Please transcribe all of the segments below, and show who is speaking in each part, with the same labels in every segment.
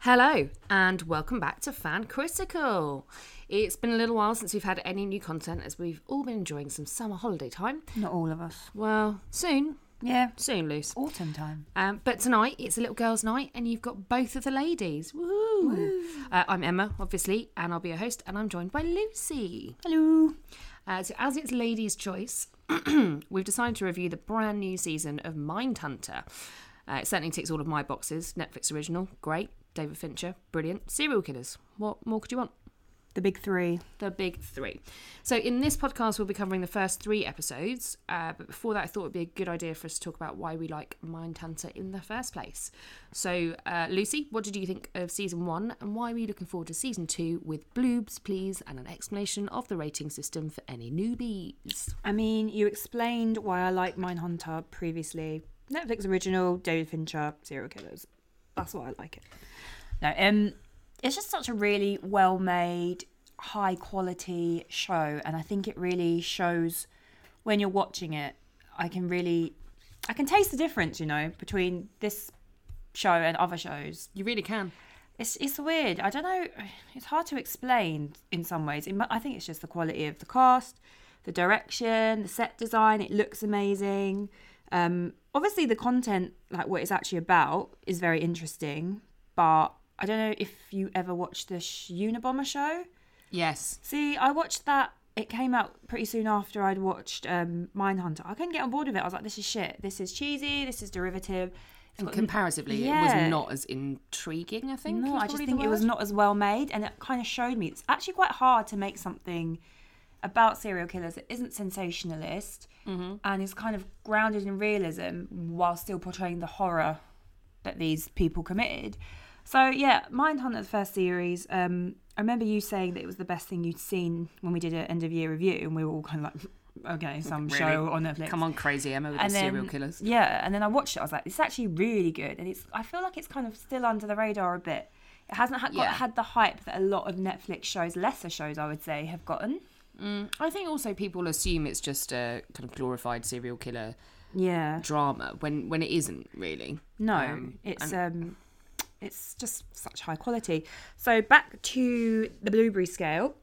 Speaker 1: Hello, and welcome back to Fan Critical. It's been a little while since we've had any new content as we've all been enjoying some summer holiday time.
Speaker 2: Not all of us.
Speaker 1: Well, soon,
Speaker 2: Yeah, it's
Speaker 1: soon, Luce.
Speaker 2: autumn time.
Speaker 1: Um, but tonight it's a little girls' night, and you've got both of the ladies. Woohoo! Uh, I'm Emma, obviously, and I'll be your host, and I'm joined by Lucy.
Speaker 2: Hello.
Speaker 1: Uh, so, as it's ladies' choice, we've decided to review the brand new season of Mindhunter. Uh, it certainly ticks all of my boxes. Netflix original, great. David Fincher, brilliant. Serial killers. What more could you want?
Speaker 2: The big three.
Speaker 1: The big three. So, in this podcast, we'll be covering the first three episodes. Uh, but before that, I thought it would be a good idea for us to talk about why we like Mindhunter in the first place. So, uh, Lucy, what did you think of season one and why were you looking forward to season two with bloobs, please, and an explanation of the rating system for any newbies?
Speaker 2: I mean, you explained why I like Mindhunter previously. Netflix original, David Fincher, serial killers. That's why I like it. No, um, it's just such a really well made, high quality show, and I think it really shows when you're watching it. I can really, I can taste the difference, you know, between this show and other shows.
Speaker 1: You really can.
Speaker 2: It's it's weird. I don't know. It's hard to explain in some ways. It, mu- I think it's just the quality of the cast, the direction, the set design. It looks amazing. Um, obviously, the content, like what it's actually about, is very interesting. But I don't know if you ever watched the Sh- Unabomber show.
Speaker 1: Yes.
Speaker 2: See, I watched that. It came out pretty soon after I'd watched um, Mindhunter. I couldn't get on board with it. I was like, this is shit. This is cheesy. This is derivative. It's
Speaker 1: And
Speaker 2: got
Speaker 1: comparatively, it
Speaker 2: yeah.
Speaker 1: was not as intriguing, I think.
Speaker 2: No,
Speaker 1: is
Speaker 2: I just
Speaker 1: probably the
Speaker 2: think it was
Speaker 1: word.
Speaker 2: not as well made, and it kind of showed me it's actually quite hard to make something about serial killers that isn't sensationalist
Speaker 1: Mm-hmm.
Speaker 2: and is kind of grounded in realism while still portraying the horror that these people committed. So yeah, Mindhunter the first series. Um, I remember you saying that it was the best thing you'd seen when we did an end of year review, and we were all kind of like, okay, some
Speaker 1: Really?
Speaker 2: show on Netflix.
Speaker 1: Come on, crazy Emma with the serial killers.
Speaker 2: Yeah, and then I watched it. I was like, it's actually really good, and it's. I feel like it's kind of still under the radar a bit. It hasn't ha-
Speaker 1: Yeah.
Speaker 2: got, had the hype that a lot of Netflix shows, lesser shows, I would say, have gotten.
Speaker 1: Mm. I think also people assume it's just a kind of glorified serial killer
Speaker 2: Yeah.
Speaker 1: drama when when it isn't really.
Speaker 2: No,
Speaker 1: Um,
Speaker 2: it's um, it's just such high quality. So back to the blueberry scale.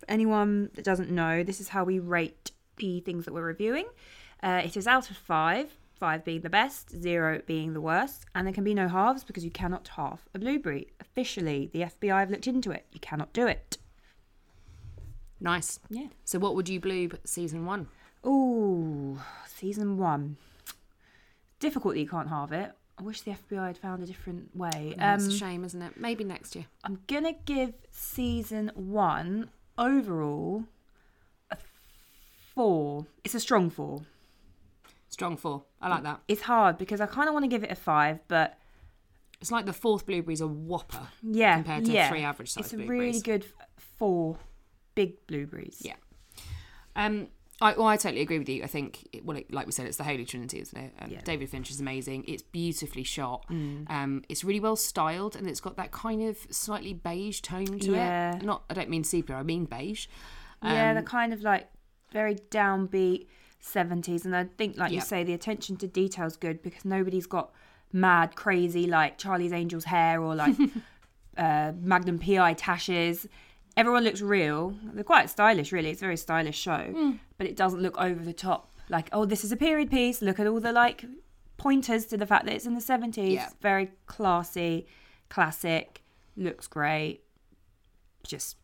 Speaker 2: For anyone that doesn't know, this is how we rate the things that we're reviewing. Uh, it is out of five, five being the best, zero being the worst, and there can be no halves because you cannot half a blueberry. Officially, the FBI have looked into it. You cannot do it.
Speaker 1: Nice.
Speaker 2: Yeah.
Speaker 1: So what would you bloob season one?
Speaker 2: Ooh, season one. Difficult that you can't halve it. I wish the FBI had found a different way. Um,
Speaker 1: it's a shame, isn't it? Maybe next year.
Speaker 2: I'm gonna give season one overall a four. It's a strong four.
Speaker 1: Strong four. I like that.
Speaker 2: It's hard because I kind of want to give it a five, but
Speaker 1: It's like the fourth blueberry's a whopper.
Speaker 2: yeah,
Speaker 1: Compared to
Speaker 2: yeah.
Speaker 1: three average size
Speaker 2: it's a
Speaker 1: blueberries.
Speaker 2: really good f- four big blueberries.
Speaker 1: Yeah. Um, I, well, I totally agree with you. I think, it, well, it, like we said, it's the Holy Trinity, isn't it? Um,
Speaker 2: Yeah. Mm.
Speaker 1: David Finch is amazing. It's beautifully shot. Um, it's really well styled, and it's got that kind of slightly beige tone to
Speaker 2: Yeah.
Speaker 1: it. Not, I don't mean sepia. I mean beige. Um,
Speaker 2: yeah, they're kind of like very downbeat seventies, and I think, like
Speaker 1: Yeah.
Speaker 2: you say, the attention to detail's good because nobody's got mad, crazy like Charlie's Angels hair or like uh, Magnum PI tashes. Everyone looks real. They're quite stylish, really. It's a very stylish show,
Speaker 1: Hmm.
Speaker 2: but it doesn't look over the top. Like, oh, this is a period piece. Look at all the like pointers to the fact that it's in the seventies.
Speaker 1: Yeah.
Speaker 2: Very classy, classic. Looks great. Just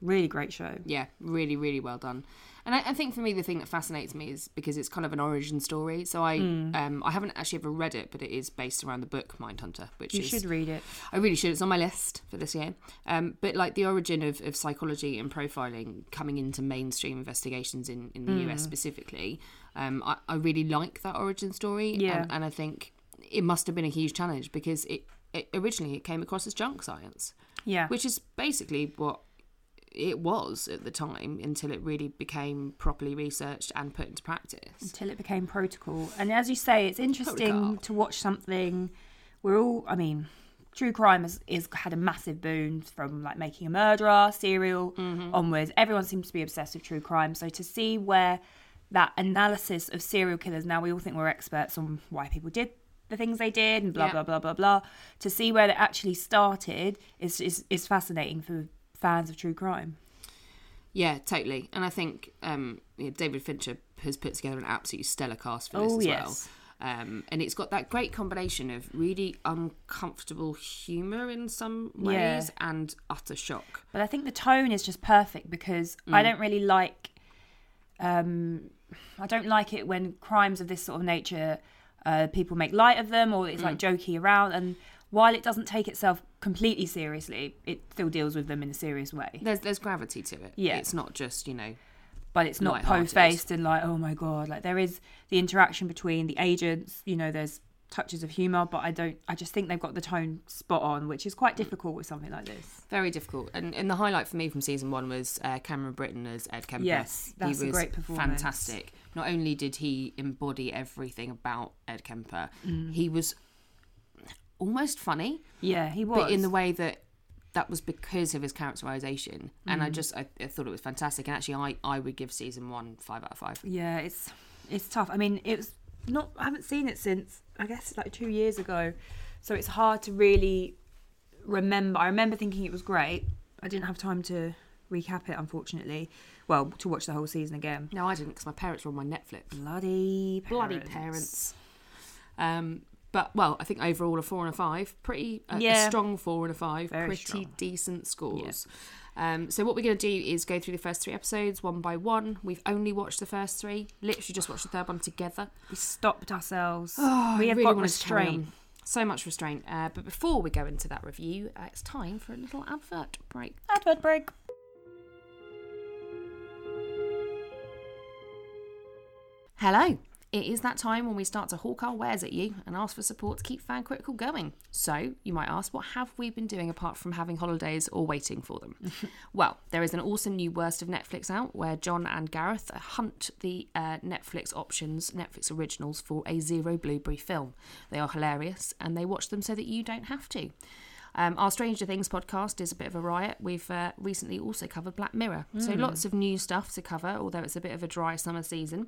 Speaker 2: really great show.
Speaker 1: yeah, really, really well done. And I, I think for me, the thing that fascinates me is because it's kind of an origin story. So I,
Speaker 2: Hmm.
Speaker 1: um, I haven't actually ever read it, but it is based around the book Mindhunter, which
Speaker 2: You
Speaker 1: is
Speaker 2: should read it.
Speaker 1: I really should. It's on my list for this year. Um, but like the origin of, of psychology and profiling coming into mainstream investigations in, in the US
Speaker 2: Hmm.
Speaker 1: specifically, um, I, I really like that origin story.
Speaker 2: Yeah.
Speaker 1: And, and I think it must have been a huge challenge because it, it originally it came across as junk science,
Speaker 2: Yeah.
Speaker 1: which is basically what it was at the time until it really became properly researched and put into practice.
Speaker 2: until it became protocol. And as you say, it's interesting
Speaker 1: Protocol.
Speaker 2: to watch something. We're all, I mean, true crime has, is had a massive boon from like making a murderer, serial
Speaker 1: Mm-hmm.
Speaker 2: onwards. Everyone seems to be obsessed with true crime. So to see where that analysis of serial killers now we all think we're experts on why people did the things they did and blah
Speaker 1: Yeah.
Speaker 2: blah blah blah blah. To see where it actually started is is is fascinating for fans of true crime.
Speaker 1: Yeah, totally. And I think um, yeah, David Fincher has put together an absolutely stellar cast for this
Speaker 2: Oh,
Speaker 1: as
Speaker 2: yes.
Speaker 1: well. Um, and it's got that great combination of really uncomfortable humour in some ways
Speaker 2: Yeah.
Speaker 1: and utter shock.
Speaker 2: But I think the tone is just perfect because
Speaker 1: Mm.
Speaker 2: I don't really like um I don't like it when crimes of this sort of nature uh people make light of them or it's like
Speaker 1: Mm.
Speaker 2: jokey around and while it doesn't take itself completely seriously, it still deals with them in a serious way.
Speaker 1: There's there's gravity to it.
Speaker 2: Yeah.
Speaker 1: it's not just you know
Speaker 2: But it's not po
Speaker 1: Lighthearted.
Speaker 2: faced and like, oh my god. Like there is the interaction between the agents, you know, there's touches of humour, but I don't I just think they've got the tone spot on, which is
Speaker 1: Mm.
Speaker 2: quite difficult with something like this.
Speaker 1: very difficult. And and the highlight for me from season one was uh, Cameron Britton as Ed Kemper.
Speaker 2: Yes, that's
Speaker 1: he
Speaker 2: a
Speaker 1: was
Speaker 2: great performance.
Speaker 1: Fantastic. Not only did he embody everything about Ed Kemper,
Speaker 2: Mm.
Speaker 1: he was almost funny.
Speaker 2: Yeah, he was
Speaker 1: but in the way that that was because of his characterization and i
Speaker 2: Mm.
Speaker 1: just I, I thought it was fantastic and actually i i would give season one five out of five
Speaker 2: Yeah, it's it's tough. I mean, it's not. I haven't seen it since I guess like two years ago, so it's hard to really remember. I remember thinking it was great. I didn't have time to recap it, unfortunately. Well, to watch the whole season again.
Speaker 1: no i didn't because my parents were on my netflix
Speaker 2: Bloody parents.
Speaker 1: bloody parents um but well i think overall a four and a five pretty a, a
Speaker 2: Yeah.
Speaker 1: strong four and a five
Speaker 2: Very
Speaker 1: pretty
Speaker 2: strong.
Speaker 1: decent scores um so what we're going to do is go through the first three episodes one by one we've only watched the first three literally just watched the third one together
Speaker 2: We stopped ourselves.
Speaker 1: Oh,
Speaker 2: we
Speaker 1: I
Speaker 2: have
Speaker 1: really
Speaker 2: got
Speaker 1: wanted to carry
Speaker 2: restraint.
Speaker 1: on. So much restraint. Uh, but before we go into that review, uh, it's time for a little advert break.
Speaker 2: Advert break.
Speaker 1: Hello. It is that time when we start to hawk our wares at you and ask for support to keep Fan Critical going. So, you might ask, what have we been doing apart from having holidays or waiting for them? well, there is an awesome new Worst of Netflix out where John and Gareth hunt the uh, Netflix options, Netflix originals for a zero blueberry film. They are hilarious and they watch them so that you don't have to. Um, our Stranger Things podcast is a bit of a riot. We've uh, recently also covered Black Mirror. So lots of new stuff to cover, although it's a bit of a dry summer season.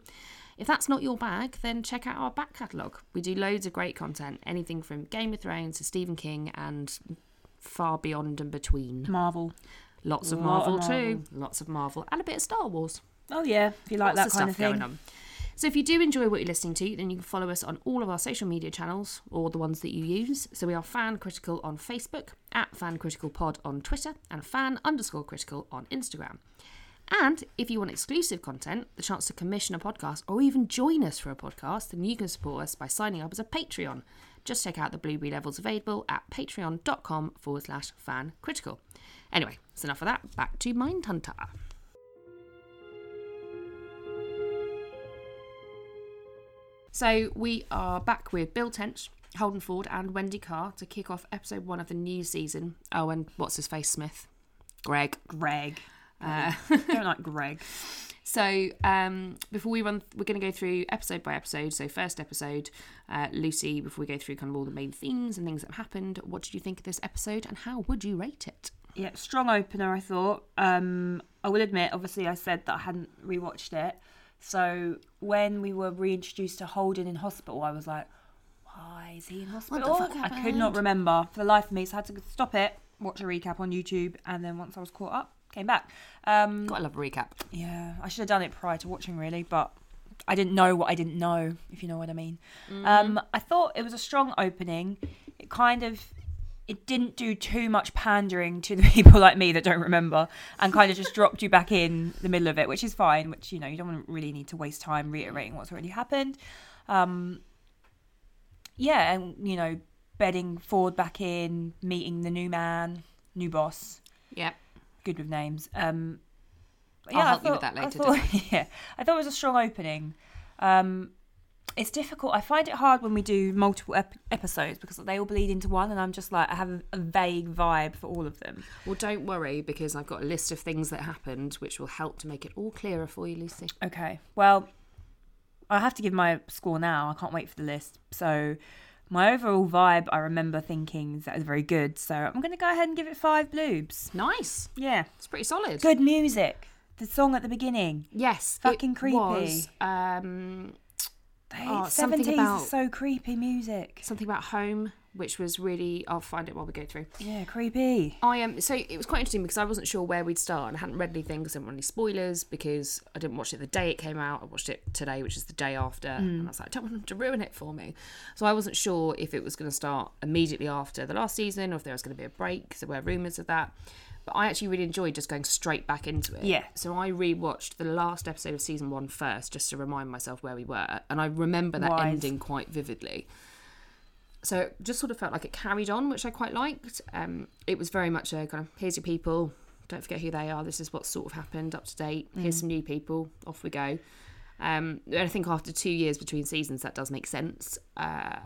Speaker 1: If that's not your bag, then check out our back catalogue. We do loads of great content, anything from Game of Thrones to Stephen King and far beyond and between.
Speaker 2: Marvel.
Speaker 1: Lots of
Speaker 2: Lot
Speaker 1: Marvel,
Speaker 2: of
Speaker 1: too. Lots of Marvel and a bit of Star Wars.
Speaker 2: Oh yeah, if you like
Speaker 1: Lots
Speaker 2: that kind of
Speaker 1: of stuff
Speaker 2: thing.
Speaker 1: going on. So if you do enjoy what you're listening to, then you can follow us on all of our social media channels or the ones that you use. So we are Fan Critical on Facebook, at Fan Critical Pod on Twitter, and Fan underscore Critical on Instagram. And if you want exclusive content, the chance to commission a podcast, or even join us for a podcast, then you can support us by signing up as a Patreon. Just check out the Blueberry levels available at patreon.com forward slash fan critical. Anyway, that's enough of that. Back to Mindhunter. So we are back with Bill Tench, Holden Ford, and Wendy Carr to kick off episode one of the new season. Oh, and what's his face, Smith? Greg.
Speaker 2: Greg. Uh, Don't like Greg.
Speaker 1: So um, before we run, we're going to go through episode by episode. So first episode, uh, Lucy. Before we go through kind of all the main themes and things that have happened, what did you think of this episode, and how would you rate it?
Speaker 2: Yeah, strong opener. I thought. Um, I will admit, obviously, I said that I hadn't rewatched it. So when we were reintroduced to Holden in hospital, I was like, "Why is he in hospital?"
Speaker 1: fuck
Speaker 2: I could not
Speaker 1: happened?
Speaker 2: remember for the life of me, so I had to stop it, watch a recap on YouTube, and then once I was caught up, came back. Um,
Speaker 1: Mm. Got to love a recap.
Speaker 2: yeah, I should have done it prior to watching, really, but I didn't know what I didn't know, if you know what I mean. Um, I thought it was a strong opening. It kind of it didn't do too much pandering to the people like me that don't remember and kind of just dropped you back in the middle of it, which is fine, which you know, you don't wanna- really need to waste time reiterating what's already happened. Um, yeah, and you know, bedding Ford back in, meeting the new man, new boss
Speaker 1: Yeah,
Speaker 2: good with names. Um,
Speaker 1: I'll help you with that later,
Speaker 2: I thought, yeah, I thought it was a strong opening. Um, it's difficult. I find it hard when we do multiple ep- episodes because they all bleed into one, and I'm just like I have a, a vague vibe for all of them.
Speaker 1: Well, don't worry because I've got a list of things that happened, which will help to make it all clearer for you, Lucy.
Speaker 2: Okay, well, I have to give my score now. I can't wait for the list. So. My overall vibe, I remember thinking that was very good, so I'm going to go ahead and give it five bloobs.
Speaker 1: Nice.
Speaker 2: Yeah,
Speaker 1: It's pretty solid.
Speaker 2: good music. The song at the beginning,
Speaker 1: Yes,
Speaker 2: Fucking
Speaker 1: it
Speaker 2: creepy.
Speaker 1: was, um,
Speaker 2: They,
Speaker 1: Oh, something
Speaker 2: 70s
Speaker 1: about-
Speaker 2: is so creepy music.
Speaker 1: Something about home, which was really. I'll find it while we go through.
Speaker 2: Yeah, creepy.
Speaker 1: I am. so it was quite interesting because I wasn't sure where we'd start and I hadn't read anything because I didn't want any spoilers because I didn't watch it the day it came out. I watched it today, which is the day after,
Speaker 2: Mm.
Speaker 1: and I was like, I don't want them to ruin it for me. So I wasn't sure if it was going to start immediately after the last season or if there was going to be a break because there were rumours of that. But I actually really enjoyed just going straight back into it.
Speaker 2: Yeah.
Speaker 1: So I rewatched the last episode of season one first just to remind myself where we were, and I remember that
Speaker 2: Wise.
Speaker 1: ending quite vividly so it just sort of felt like it carried on, which I quite liked. Um, it was very much a kind of here's your people, don't forget who they are. This is what's sort of happened up to date. Here's some new people, off we go. Um, and I think after two years between seasons, that does make sense. Uh,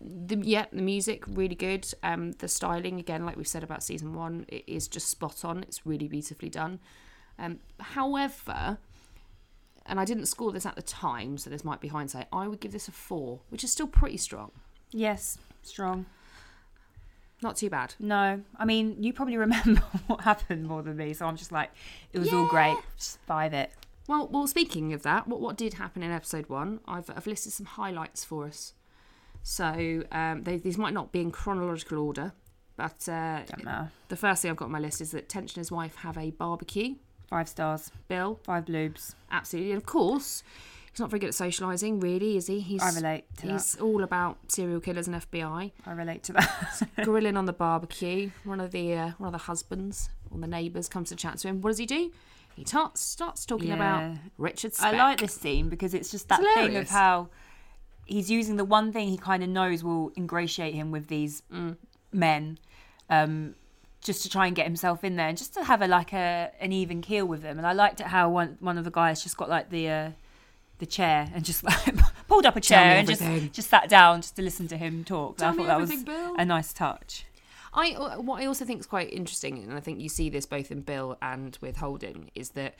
Speaker 1: the, yeah, the music really good. Um, the styling again, like we've said about season one, it is just spot on. It's really beautifully done. Um, however, and I didn't score this at the time, so this might be hindsight. I would give this a four, which is still pretty strong.
Speaker 2: Yes, strong.
Speaker 1: Not too bad.
Speaker 2: No, I mean, you probably remember what happened more than me, so I'm just like, it was all great. Just five it.
Speaker 1: Well, well. Speaking of that, what what did happen in episode one? I've I've listed some highlights for us. So um, they, these might not be in chronological order, but uh,
Speaker 2: Don't matter.
Speaker 1: the first thing I've got on my list is that Tench and his wife have a barbecue.
Speaker 2: Five stars,
Speaker 1: Bill,
Speaker 2: five bloobs.
Speaker 1: absolutely, and of course, he's not very good at socialising, really, is he? He's
Speaker 2: I relate to
Speaker 1: he's all about serial killers and FBI.
Speaker 2: that. I relate to that.
Speaker 1: grilling on the barbecue. One of the uh, one of the husbands, one of the neighbours, comes to chat to him. What does he do? He starts starts talking
Speaker 2: Yeah.
Speaker 1: about Richard. Speck.
Speaker 2: I like this scene because it's just that thing of
Speaker 1: hilarious.
Speaker 2: how he's using the one thing he kind of knows will ingratiate him with these
Speaker 1: Mm.
Speaker 2: men, um, just to try and get himself in there and just to have a like a an even keel with them. And I liked it how one one of the guys just got like the uh, the chair and just like pulled up a
Speaker 1: Tell me
Speaker 2: chair and just
Speaker 1: everything.
Speaker 2: just sat down just to listen to him talk.
Speaker 1: Tell
Speaker 2: I
Speaker 1: me
Speaker 2: thought that was
Speaker 1: everything, Bill.
Speaker 2: a nice touch.
Speaker 1: I uh, what I also think is quite interesting, and I think you see this both in Bill and with Holden, is that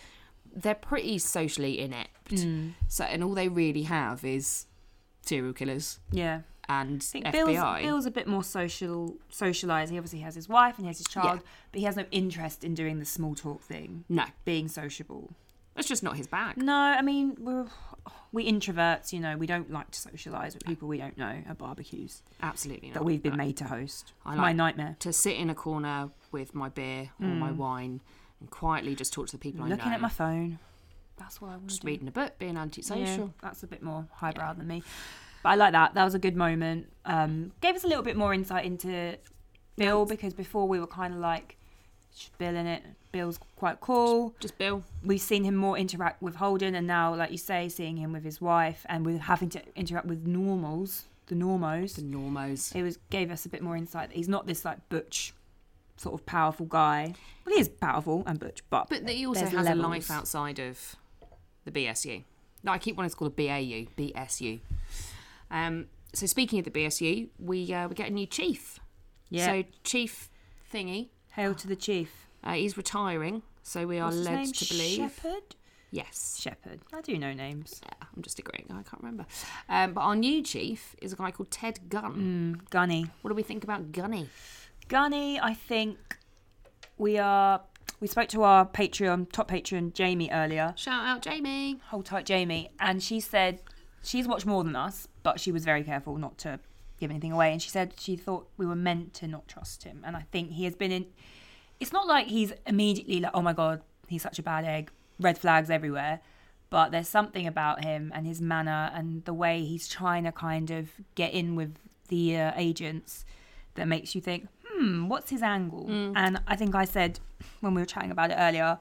Speaker 1: they're pretty socially inept. So, and all they really have is serial killers
Speaker 2: Yeah.
Speaker 1: and
Speaker 2: I think
Speaker 1: FBI.
Speaker 2: Bill's, Bill's a bit more social, socialized. He obviously has his wife and he has his child, but he has no interest in doing the small talk thing.
Speaker 1: no,
Speaker 2: being sociable.
Speaker 1: that's just not his bag.
Speaker 2: No, I mean we're we introverts, you know, we don't like to socialise with people we don't know at barbecues
Speaker 1: Absolutely not.
Speaker 2: that we've been made to host.
Speaker 1: I
Speaker 2: My
Speaker 1: like-
Speaker 2: nightmare.
Speaker 1: to sit in a corner with my beer or my wine and quietly just talk to the people I
Speaker 2: Looking
Speaker 1: know.
Speaker 2: at my phone. That's what I want to
Speaker 1: just
Speaker 2: do.
Speaker 1: reading a book, being
Speaker 2: Mm-hmm. Yeah,
Speaker 1: antisocial.
Speaker 2: that's a bit more highbrow than me. But I like that. That was a good moment. Um, gave us a little bit more insight into Bill because before we were kind of like, "Should Bill in it. Bill's quite cool.
Speaker 1: Just Bill.
Speaker 2: we've seen him more interact with Holden, and now, like you say, seeing him with his wife, and with having to interact with normals, the normos,
Speaker 1: The normos.
Speaker 2: it was gave us a bit more insight that he's not this like butch, sort of powerful guy. Well, he is powerful and butch, but
Speaker 1: But that he also
Speaker 2: there's
Speaker 1: has a
Speaker 2: levels.
Speaker 1: life outside of the BSU. No, I keep wanting to call it BAU, BSU. Um, so speaking of the BSU, we uh, we get a new chief.
Speaker 2: Yeah,
Speaker 1: So chief thingy,
Speaker 2: hail to the chief.
Speaker 1: uh, he's retiring. So we are
Speaker 2: What's his
Speaker 1: led
Speaker 2: name?
Speaker 1: to believe.
Speaker 2: Shepherd.
Speaker 1: Yes.
Speaker 2: Shepherd. I do know names.
Speaker 1: Yeah, I'm just agreeing. I can't remember. Um, but our new chief is a guy called Ted Gunn.
Speaker 2: Mm, Gunny.
Speaker 1: What do we think about Gunny?
Speaker 2: Gunny, I think we are. We spoke to our Patreon top patron Jamie earlier.
Speaker 1: Shout out Jamie.
Speaker 2: hold tight Jamie, and she said she's watched more than us, but she was very careful not to give anything away. And she said she thought we were meant to not trust him, and I think he has been in. It's not like he's immediately like, oh my god, he's such a bad egg, red flags everywhere. But there's something about him and his manner and the way he's trying to kind of get in with the uh, agents that makes you think, hmm, what's his angle? And I think I said when we were chatting about it earlier,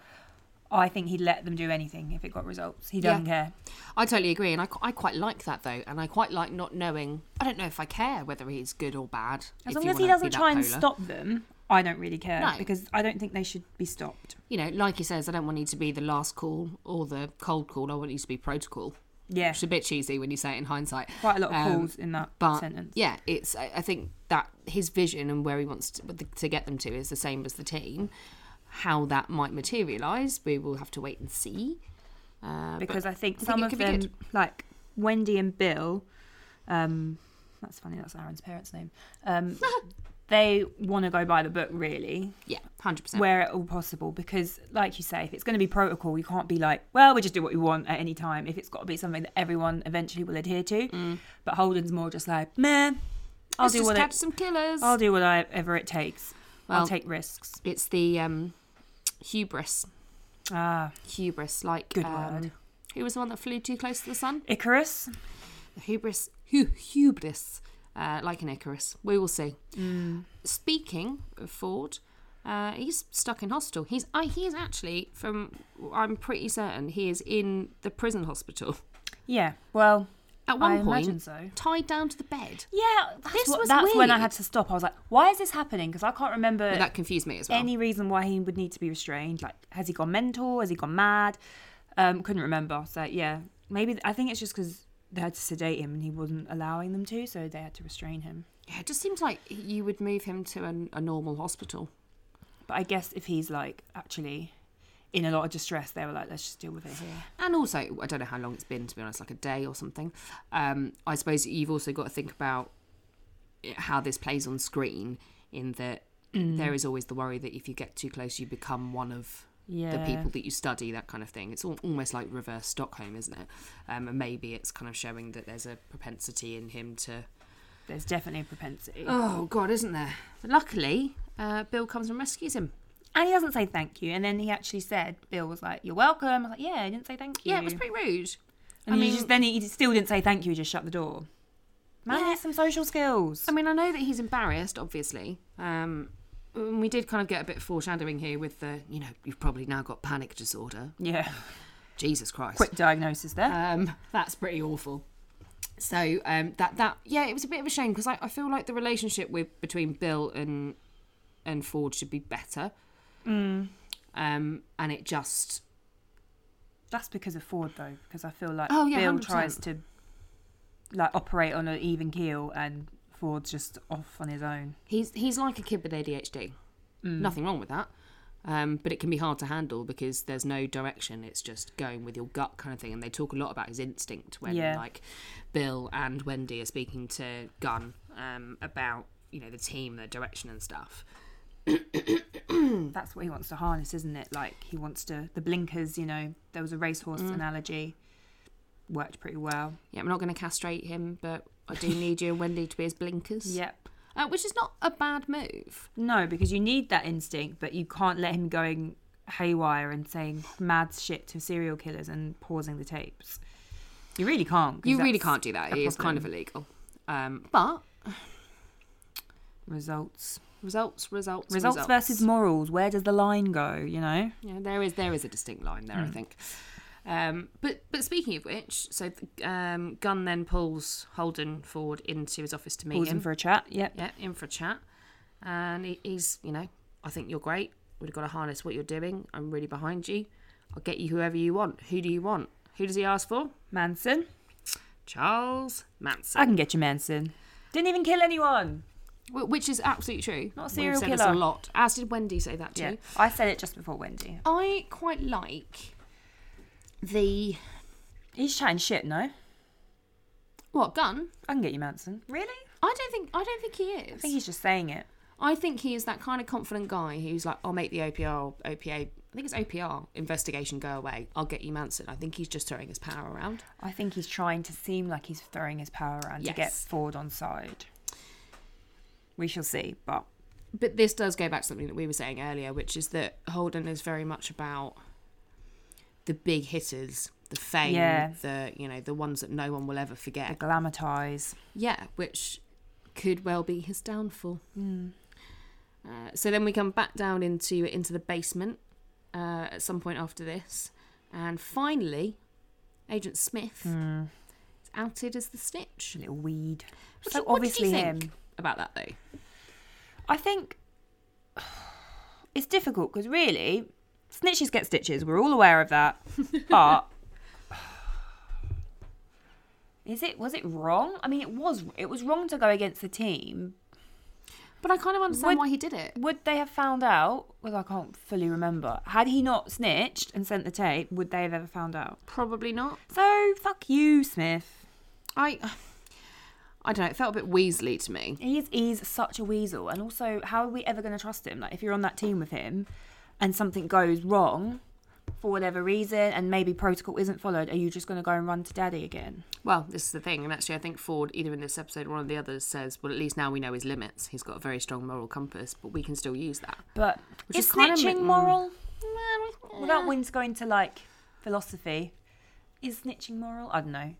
Speaker 2: I think he'd let them do anything if it got results. He
Speaker 1: Yeah.
Speaker 2: doesn't care.
Speaker 1: I totally agree, and I, qu- I quite like that though, and I quite like not knowing. I don't know if I care whether he's good or bad.
Speaker 2: As
Speaker 1: if
Speaker 2: long
Speaker 1: you
Speaker 2: as he
Speaker 1: wanna be
Speaker 2: doesn't
Speaker 1: that
Speaker 2: try and
Speaker 1: polar.
Speaker 2: stop them, I don't really care
Speaker 1: No.
Speaker 2: because I don't think they should be stopped.
Speaker 1: You know, like he says, I don't want you to be the last call or the cold call. I want you to be protocol.
Speaker 2: Yeah,
Speaker 1: It's a bit cheesy when you say it in hindsight.
Speaker 2: quite a lot of
Speaker 1: Um,
Speaker 2: calls in that
Speaker 1: but
Speaker 2: sentence.
Speaker 1: yeah, it's. I, I think that his vision and where he wants to, with the- to get them to is the same as the team. How that might materialise, we will have to wait and see. Uh, but-
Speaker 2: Because I
Speaker 1: I
Speaker 2: think
Speaker 1: think
Speaker 2: some
Speaker 1: it
Speaker 2: of
Speaker 1: could be
Speaker 2: them,
Speaker 1: good.
Speaker 2: like Wendy and Bill, um, that's funny. That's Aaron's parents' name. Um, they want to go by the book, really.
Speaker 1: Yeah. hundred percent.
Speaker 2: where at all possible because like you say if it's going to be protocol you can't be like well we just do what we want at any time if it's got to be something that everyone eventually will adhere to but holden's more just like meh i'll
Speaker 1: Let's
Speaker 2: do
Speaker 1: Mm. just
Speaker 2: what
Speaker 1: catch
Speaker 2: it,
Speaker 1: some killers.
Speaker 2: i'll do whatever it takes i'll
Speaker 1: Well-
Speaker 2: take risks
Speaker 1: It's the um, hubris.
Speaker 2: ah
Speaker 1: Hubris, like
Speaker 2: Good
Speaker 1: um,
Speaker 2: word.
Speaker 1: Who was the one that flew too close to the sun?
Speaker 2: icarus
Speaker 1: The hubris. Hu- hubris, uh, like an Icarus. We will see. Mm. Speaking of Ford, uh, he's stuck in hospital. He's I, he is actually from. I'm pretty certain he is in the prison hospital
Speaker 2: yeah well
Speaker 1: at one
Speaker 2: I
Speaker 1: point,
Speaker 2: imagine so.
Speaker 1: tied down to the bed.
Speaker 2: yeah that's,
Speaker 1: This
Speaker 2: what-
Speaker 1: was
Speaker 2: that's when i
Speaker 1: weird.
Speaker 2: had to stop i was like why is this happening because i can't remember
Speaker 1: That confused me as well.
Speaker 2: any reason why he would need to be restrained. Like, has he gone mental? Has he gone mad? Um, couldn't remember. So yeah, maybe I think it's just because they had to sedate him and he wasn't allowing them to, so they had to restrain him.
Speaker 1: yeah, it just seems like you would move him to an, a normal hospital.
Speaker 2: But I guess if he's like actually in a lot of distress, they were like, let's just deal with it here.
Speaker 1: And also, I don't know how long it's been, to be honest, like a day or something. Um, I suppose you've also got to think about it- how this plays on screen, in that there is always the worry that if you get too close, you become one of
Speaker 2: Yeah.
Speaker 1: the people that you study, that kind of thing. It's al- almost like reverse Stockholm, isn't it? Um, and maybe it's kind of showing that there's a propensity in him to.
Speaker 2: There's definitely a propensity,
Speaker 1: Oh, God, isn't there? But luckily, uh, Bill comes and rescues him.
Speaker 2: and he doesn't say thank you. And then he actually said, Bill was like, "You're welcome." I was like, "Yeah," I didn't say thank you.
Speaker 1: Yeah, it was pretty rude.
Speaker 2: and
Speaker 1: I
Speaker 2: he
Speaker 1: mean-
Speaker 2: just then he still didn't say thank you. He just shut the door. Man,
Speaker 1: Yeah.
Speaker 2: has some social skills.
Speaker 1: I mean, I know that he's embarrassed, obviously. Um, and we did kind of get a bit of foreshadowing here with the, you know, you've probably now got panic disorder.
Speaker 2: yeah,
Speaker 1: Jesus Christ.
Speaker 2: quick diagnosis there.
Speaker 1: Um, that's pretty awful. So um, that that yeah, it was a bit of a shame because I, I feel like the relationship with between Bill and and Ford should be better. Um, and it just
Speaker 2: That's because of Ford though, because I feel like
Speaker 1: Oh, yeah,
Speaker 2: Bill
Speaker 1: 100%.
Speaker 2: tries to like operate on an even keel, and Ford's just off on his own.
Speaker 1: he's he's like a kid with ADHD.
Speaker 2: Mm.
Speaker 1: Nothing wrong with that. Um, but it can be hard to handle because there's no direction. It's just going with your gut kind of thing. And they talk a lot about his instinct when
Speaker 2: Yeah.
Speaker 1: like Bill and Wendy are speaking to Gunn um, about you know the team, the direction and stuff. Mm.
Speaker 2: That's what he wants to harness, isn't it? Like he wants to the blinkers. You know, there was a racehorse
Speaker 1: Mm.
Speaker 2: analogy, worked pretty well.
Speaker 1: Yeah, I'm not going to castrate him, but I do need you and Wendy to be his blinkers.
Speaker 2: Yep.
Speaker 1: uh, which is not a bad move.
Speaker 2: No, because you need that instinct, but you can't let him going haywire and saying mad shit to serial killers and pausing the tapes. You really can't. 'cause
Speaker 1: You really
Speaker 2: that's
Speaker 1: can't do that.
Speaker 2: a
Speaker 1: It is kind of illegal. Um, but
Speaker 2: Results.
Speaker 1: results, results,
Speaker 2: results.
Speaker 1: results
Speaker 2: versus morals. Where does the line go? You know.
Speaker 1: Yeah, there is there is a distinct line there, I
Speaker 2: Hmm.
Speaker 1: think. Um, but but speaking of which, so um, Gunn then pulls Holden forward into his office to meet
Speaker 2: Pause
Speaker 1: him.
Speaker 2: him for a chat. Yep.
Speaker 1: yeah, in for a chat, and he, he's you know I think you're great. We've got to harness what you're doing. I'm really behind you. I'll get you whoever you want. Who do you want? Who does he ask for?
Speaker 2: Manson.
Speaker 1: Charles Manson,
Speaker 2: I can get you Manson. Didn't even kill anyone.
Speaker 1: Wh- which is absolutely true.
Speaker 2: Not a
Speaker 1: We've
Speaker 2: serial
Speaker 1: said this
Speaker 2: killer.
Speaker 1: a lot, as did Wendy say that too.
Speaker 2: Yeah. I said it just before Wendy.
Speaker 1: I quite like the
Speaker 2: He's chatting shit, no?
Speaker 1: what Gunn.
Speaker 2: I can get you Manson. Really?
Speaker 1: I don't think I don't think he is.
Speaker 2: I think he's just saying it.
Speaker 1: I think he is that kind of confident guy who's like, I'll make the OPR, OPA, I think it's OPR investigation go away. I'll get you Manson. I think he's just throwing his power around.
Speaker 2: I think he's trying to seem like he's throwing his power around to get
Speaker 1: Yes.
Speaker 2: Ford on side. We shall see, but
Speaker 1: But this does go back to something that we were saying earlier, which is that Holden is very much about the big hitters, the fame,
Speaker 2: Yeah.
Speaker 1: the you know, the ones that no one will ever
Speaker 2: the
Speaker 1: forget.
Speaker 2: glamatize.
Speaker 1: Yeah, which could well be his downfall. Uh, so then we come back down into into the basement uh, at some point after this, and finally, Agent Smith is outed as the Snitch.
Speaker 2: Little weed.
Speaker 1: What
Speaker 2: so
Speaker 1: do- what did you
Speaker 2: obviously
Speaker 1: think
Speaker 2: him.
Speaker 1: about that though.
Speaker 2: I think it's difficult because really, snitches get stitches. We're all aware of that. But is it was it wrong? I mean, it was it was wrong to go against the team.
Speaker 1: But I kind of understand
Speaker 2: Would-
Speaker 1: why he did it.
Speaker 2: Would they have found out? Well, I can't fully remember. Had he not snitched and sent the tape, would they have ever found out?
Speaker 1: Probably not.
Speaker 2: So fuck you, Smith.
Speaker 1: I I don't know. It felt a bit Weasley to me.
Speaker 2: He's he's such a weasel, and also, how are we ever going to trust him? Like, if you're on that team with him, and something goes wrong for whatever reason, and maybe protocol isn't followed, are you just going to go and run to daddy again?
Speaker 1: Well, this is the thing, and actually, I think Ford, either in this episode or one of the others, says, "Well, at least now we know his limits. He's got a very strong moral compass, but we can still use that."
Speaker 2: But
Speaker 1: Which
Speaker 2: is
Speaker 1: is kind of mm.
Speaker 2: snitching
Speaker 1: mi-
Speaker 2: moral? Without Wins going to like philosophy, is snitching moral? I don't know.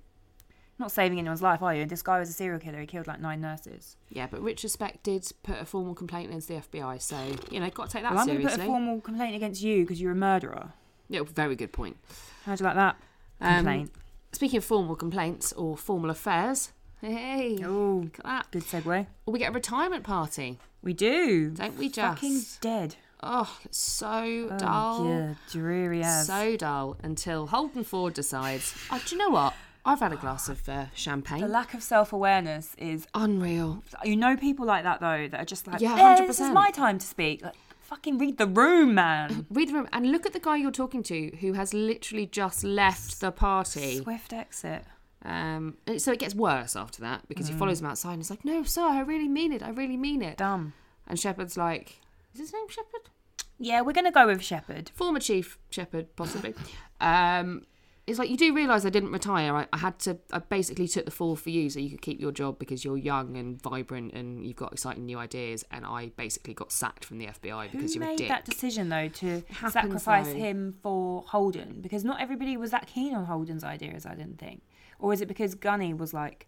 Speaker 2: Not saving anyone's life, are you? This guy was a serial killer. He killed like nine nurses.
Speaker 1: Yeah, but Richard Speck did put a formal complaint into the FBI, so you know, got to take that
Speaker 2: Well, I'm going to
Speaker 1: Ah, seriously.
Speaker 2: put a formal complaint against you because you're a murderer.
Speaker 1: yeah, very good point.
Speaker 2: How do you like that
Speaker 1: Um,
Speaker 2: complaint?
Speaker 1: Speaking of formal complaints or formal affairs, hey,
Speaker 2: oh,
Speaker 1: look at that.
Speaker 2: good segue.
Speaker 1: We get a retirement party,
Speaker 2: We do.
Speaker 1: don't we? Just
Speaker 2: Fucking dead.
Speaker 1: oh, it's so
Speaker 2: Oh,
Speaker 1: dull.
Speaker 2: yeah, dreary as.
Speaker 1: So dull until Holden Ford decides, oh, do you know what? I've had a glass of uh, champagne.
Speaker 2: the lack of self awareness is.
Speaker 1: Unreal.
Speaker 2: You know people like that though that are just like,
Speaker 1: Yeah,
Speaker 2: yeah, this is
Speaker 1: 100%.
Speaker 2: my time to speak. Like, fucking read the room, man.
Speaker 1: Read the room and look at the guy you're talking to who has literally just left the party.
Speaker 2: Swift exit.
Speaker 1: Um, and so it gets worse after that because
Speaker 2: Mm.
Speaker 1: he follows him outside and he's like, no, sir, I really mean it. I really mean it.
Speaker 2: Dumb.
Speaker 1: And Shepard's like, is his name Shepard?
Speaker 2: Yeah, we're gonna go with Shepherd.
Speaker 1: Former Chief Shepard, possibly. um, it's like, you do realise I didn't retire. I, I had to, I basically took the fall for you so you could keep your job because you're young and vibrant and you've got exciting new ideas. And I basically got sacked from the FBI because
Speaker 2: Who
Speaker 1: you're a
Speaker 2: made
Speaker 1: dick.
Speaker 2: that decision though to
Speaker 1: happens,
Speaker 2: sacrifice
Speaker 1: though.
Speaker 2: him for Holden? Because not everybody was that keen on Holden's ideas, I didn't think. Or is it because Gunny was like,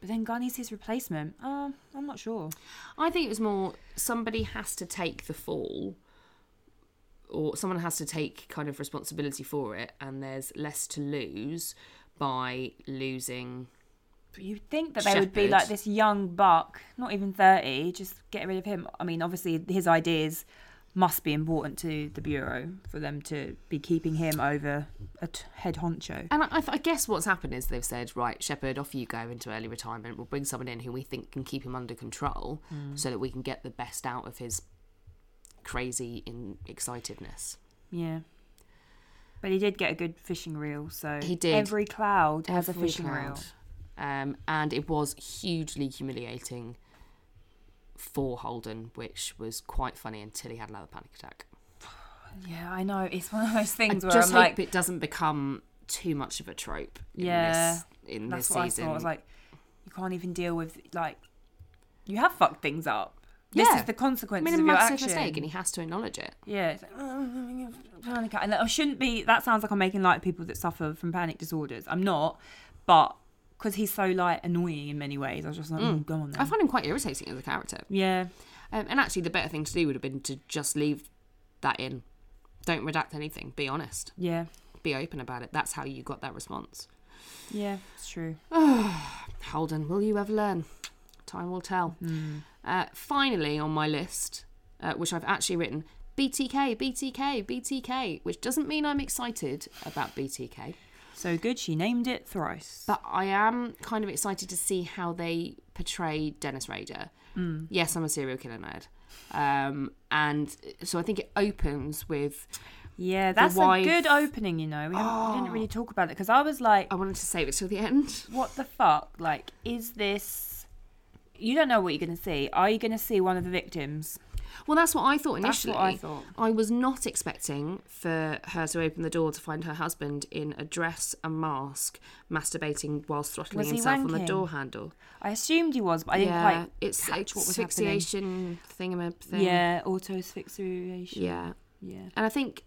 Speaker 2: but then Gunny's his replacement? Uh, I'm not sure.
Speaker 1: I think it was more somebody has to take the fall or someone has to take kind of responsibility for it and there's less to lose by losing
Speaker 2: But you'd think that they would be
Speaker 1: Shepherd.
Speaker 2: like this young buck, not even 30, just get rid of him. I mean, obviously, his ideas must be important to the Bureau for them to be keeping him over a t- head honcho.
Speaker 1: and I, I th- I guess what's happened is they've said right shepherd off you go into early retirement we'll bring someone in who we think can keep him under control so that we can get the best out of his crazy in excitedness
Speaker 2: Yeah. But he did get a good fishing reel, so
Speaker 1: He did.
Speaker 2: every cloud has a
Speaker 1: Every
Speaker 2: fishing reel.
Speaker 1: cloud. Um, and it was hugely humiliating for Holden, which was quite funny until he had another panic attack.
Speaker 2: Yeah, I know. It's one of those
Speaker 1: I
Speaker 2: things where
Speaker 1: just
Speaker 2: I'm
Speaker 1: hope
Speaker 2: like,
Speaker 1: it doesn't become too much of a trope. In
Speaker 2: Yeah,
Speaker 1: this, in
Speaker 2: that's
Speaker 1: this
Speaker 2: what
Speaker 1: season,
Speaker 2: I thought. I was like, you can't even deal with like, you have fucked things up. This
Speaker 1: Yeah.
Speaker 2: is the consequence
Speaker 1: I mean, a
Speaker 2: of your
Speaker 1: massive
Speaker 2: action.
Speaker 1: mistake, and he has to acknowledge it.
Speaker 2: Yeah, it's like, "Oh, panic attack. and I shouldn't be. That sounds like I'm making light of people that suffer from panic disorders. I'm not, but because he's so like annoying in many ways, I was just like, mm, go on
Speaker 1: I
Speaker 2: then.
Speaker 1: find him quite irritating as a character.
Speaker 2: Yeah,
Speaker 1: Um, and actually, the better thing to do would have been to just leave that in. Don't redact anything. Be honest.
Speaker 2: yeah,
Speaker 1: Be open about it. That's how you got that response.
Speaker 2: yeah. It's true.
Speaker 1: Holden, will you ever learn? Time will tell. Uh, finally, on my list, uh, which I've actually written BTK, BTK, BTK, which doesn't mean I'm excited about BTK,
Speaker 2: So good. She named it thrice.
Speaker 1: but I am kind of excited to see how they portray Dennis Rader. Yes, I'm a serial killer nerd. Um, and so I think it opens with
Speaker 2: Yeah, that's
Speaker 1: wife- Oh.
Speaker 2: a good opening. You know, we, haven't we didn't really talk about it because I was like,
Speaker 1: I wanted to save it till the end.
Speaker 2: what the fuck? Like, is this? You don't know what you're gonna see. Are you gonna see one of the victims?
Speaker 1: Well, that's what I thought
Speaker 2: That's
Speaker 1: initially.
Speaker 2: what I thought.
Speaker 1: I was not expecting for her to open the door to find her husband in a dress and mask, masturbating whilst throttling
Speaker 2: Was he
Speaker 1: himself on the
Speaker 2: wanking?
Speaker 1: door handle.
Speaker 2: I assumed he was, but I didn't
Speaker 1: yeah,
Speaker 2: quite
Speaker 1: it's
Speaker 2: catch what was happening.
Speaker 1: asphyxiation thingamab thing.
Speaker 2: Yeah, auto asphyxiation.
Speaker 1: yeah,
Speaker 2: Yeah.
Speaker 1: and I think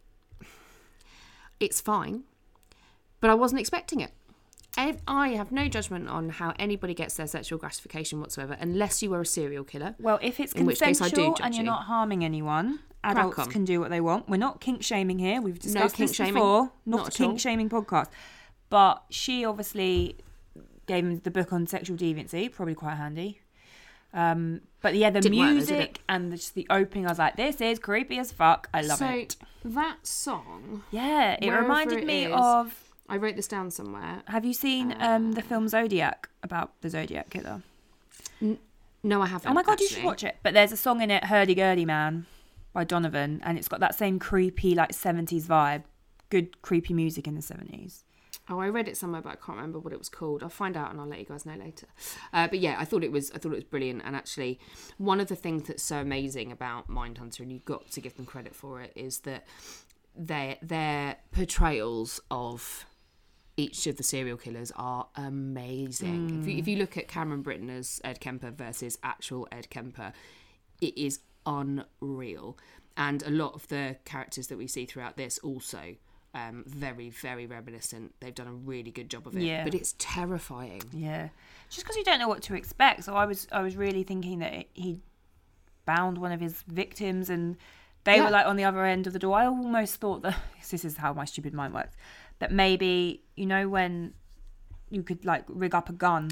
Speaker 1: it's fine, but I wasn't expecting it. And I have no judgment on how anybody gets their sexual gratification whatsoever, unless you are a serial killer.
Speaker 2: Well, if it's
Speaker 1: In which case I do
Speaker 2: consensual
Speaker 1: judge
Speaker 2: and you're
Speaker 1: you.
Speaker 2: not harming anyone, adults
Speaker 1: on.
Speaker 2: can do what they want. We're not kink shaming here. We've discussed
Speaker 1: kink
Speaker 2: this
Speaker 1: shaming.
Speaker 2: before. Not,
Speaker 1: Not
Speaker 2: a
Speaker 1: at
Speaker 2: kink
Speaker 1: all.
Speaker 2: shaming podcast. But she obviously gave him the book on sexual deviancy, probably quite handy. Um, but yeah, the
Speaker 1: Didn't work though, did
Speaker 2: music
Speaker 1: it?
Speaker 2: and the, just the opening, I was like, this is creepy as fuck. I love
Speaker 1: so
Speaker 2: it.
Speaker 1: that song,
Speaker 2: Yeah, it
Speaker 1: wherever
Speaker 2: reminded
Speaker 1: it
Speaker 2: me
Speaker 1: is-
Speaker 2: of.
Speaker 1: I wrote this down somewhere.
Speaker 2: Have you seen um,
Speaker 1: Ah.
Speaker 2: the film Zodiac about the Zodiac killer?
Speaker 1: No, I haven't.
Speaker 2: Oh my god, you should
Speaker 1: actually.
Speaker 2: watch it. But there's a song in it, Hurdy Gurdy Man by Donovan, and it's got that same creepy, like 70s vibe. Good creepy music in the 70s.
Speaker 1: Oh, I read it somewhere, but I can't remember what it was called. I'll find out and I'll let you guys know later. Uh, but yeah, I thought it was I thought it was brilliant. And actually, one of the things that's so amazing about Mindhunter, and you've got to give them credit for it, is that their their portrayals of each of the serial killers are amazing. If, you, if you look at Cameron Britton as Ed Kemper versus actual Ed Kemper, it is unreal. And a lot of the characters that we see throughout this also um, very, very reminiscent. They've done a really good job of it,
Speaker 2: Yeah.
Speaker 1: but it's terrifying.
Speaker 2: Yeah, just because you don't know what to expect. So I was I was really thinking that it, he bound one of his victims, and they
Speaker 1: Yeah.
Speaker 2: were like on the other end of the door. I almost thought that this is how my stupid mind works. That maybe you know when you could like rig up a gun.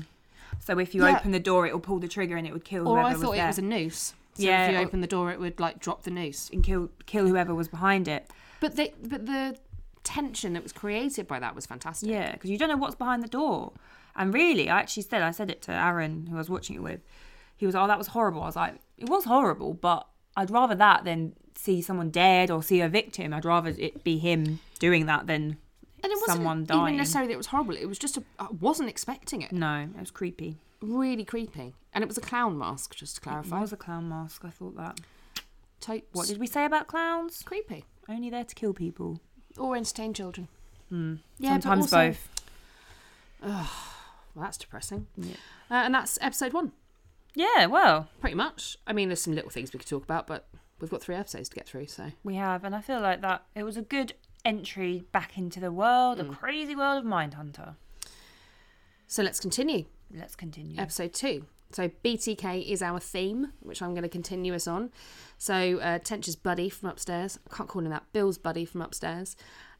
Speaker 2: So if you
Speaker 1: Yeah.
Speaker 2: open the door, it will pull the trigger and it would kill
Speaker 1: Or
Speaker 2: whoever
Speaker 1: I thought
Speaker 2: was
Speaker 1: it
Speaker 2: there
Speaker 1: was a noose. So
Speaker 2: Yeah,
Speaker 1: if you
Speaker 2: or-
Speaker 1: open the door, it would like drop the noose.
Speaker 2: and kill kill whoever was behind it.
Speaker 1: But the but the tension that was created by that was fantastic.
Speaker 2: Yeah, because you don't know what's behind the door. And really, I actually said I said it to Aaron, who I was watching it with. He was, "Oh, that was horrible." I was like, "It was horrible, but I'd rather that than see someone dead or see a victim. I'd rather it be him doing that than
Speaker 1: and it wasn't
Speaker 2: someone
Speaker 1: even
Speaker 2: dying."
Speaker 1: necessarily that it was horrible. It was just a, I wasn't expecting it.
Speaker 2: No, it was creepy.
Speaker 1: Really creepy, and it was a clown mask. Just to
Speaker 2: It
Speaker 1: clarify,
Speaker 2: was a clown mask. I thought that.
Speaker 1: Totes.
Speaker 2: What did we say about clowns?
Speaker 1: creepy
Speaker 2: Only there to kill people.
Speaker 1: or entertain children?
Speaker 2: Hmm.
Speaker 1: Yeah, but
Speaker 2: Sometimes
Speaker 1: also-
Speaker 2: both.
Speaker 1: Well, that's depressing.
Speaker 2: Yeah.
Speaker 1: Uh, and that's episode one,
Speaker 2: Yeah, well,
Speaker 1: pretty much. I mean, there's some little things we could talk about, but we've got three episodes to get through, so
Speaker 2: we have, and I feel like that it was a good entry back into the world,
Speaker 1: Mm.
Speaker 2: the crazy world of Mindhunter.
Speaker 1: so let's continue.
Speaker 2: Let's continue.
Speaker 1: episode two. So BTK is our theme, which I'm going to continue us on. So uh, Tench's buddy from upstairs, I can't call him that, Bill's buddy from upstairs,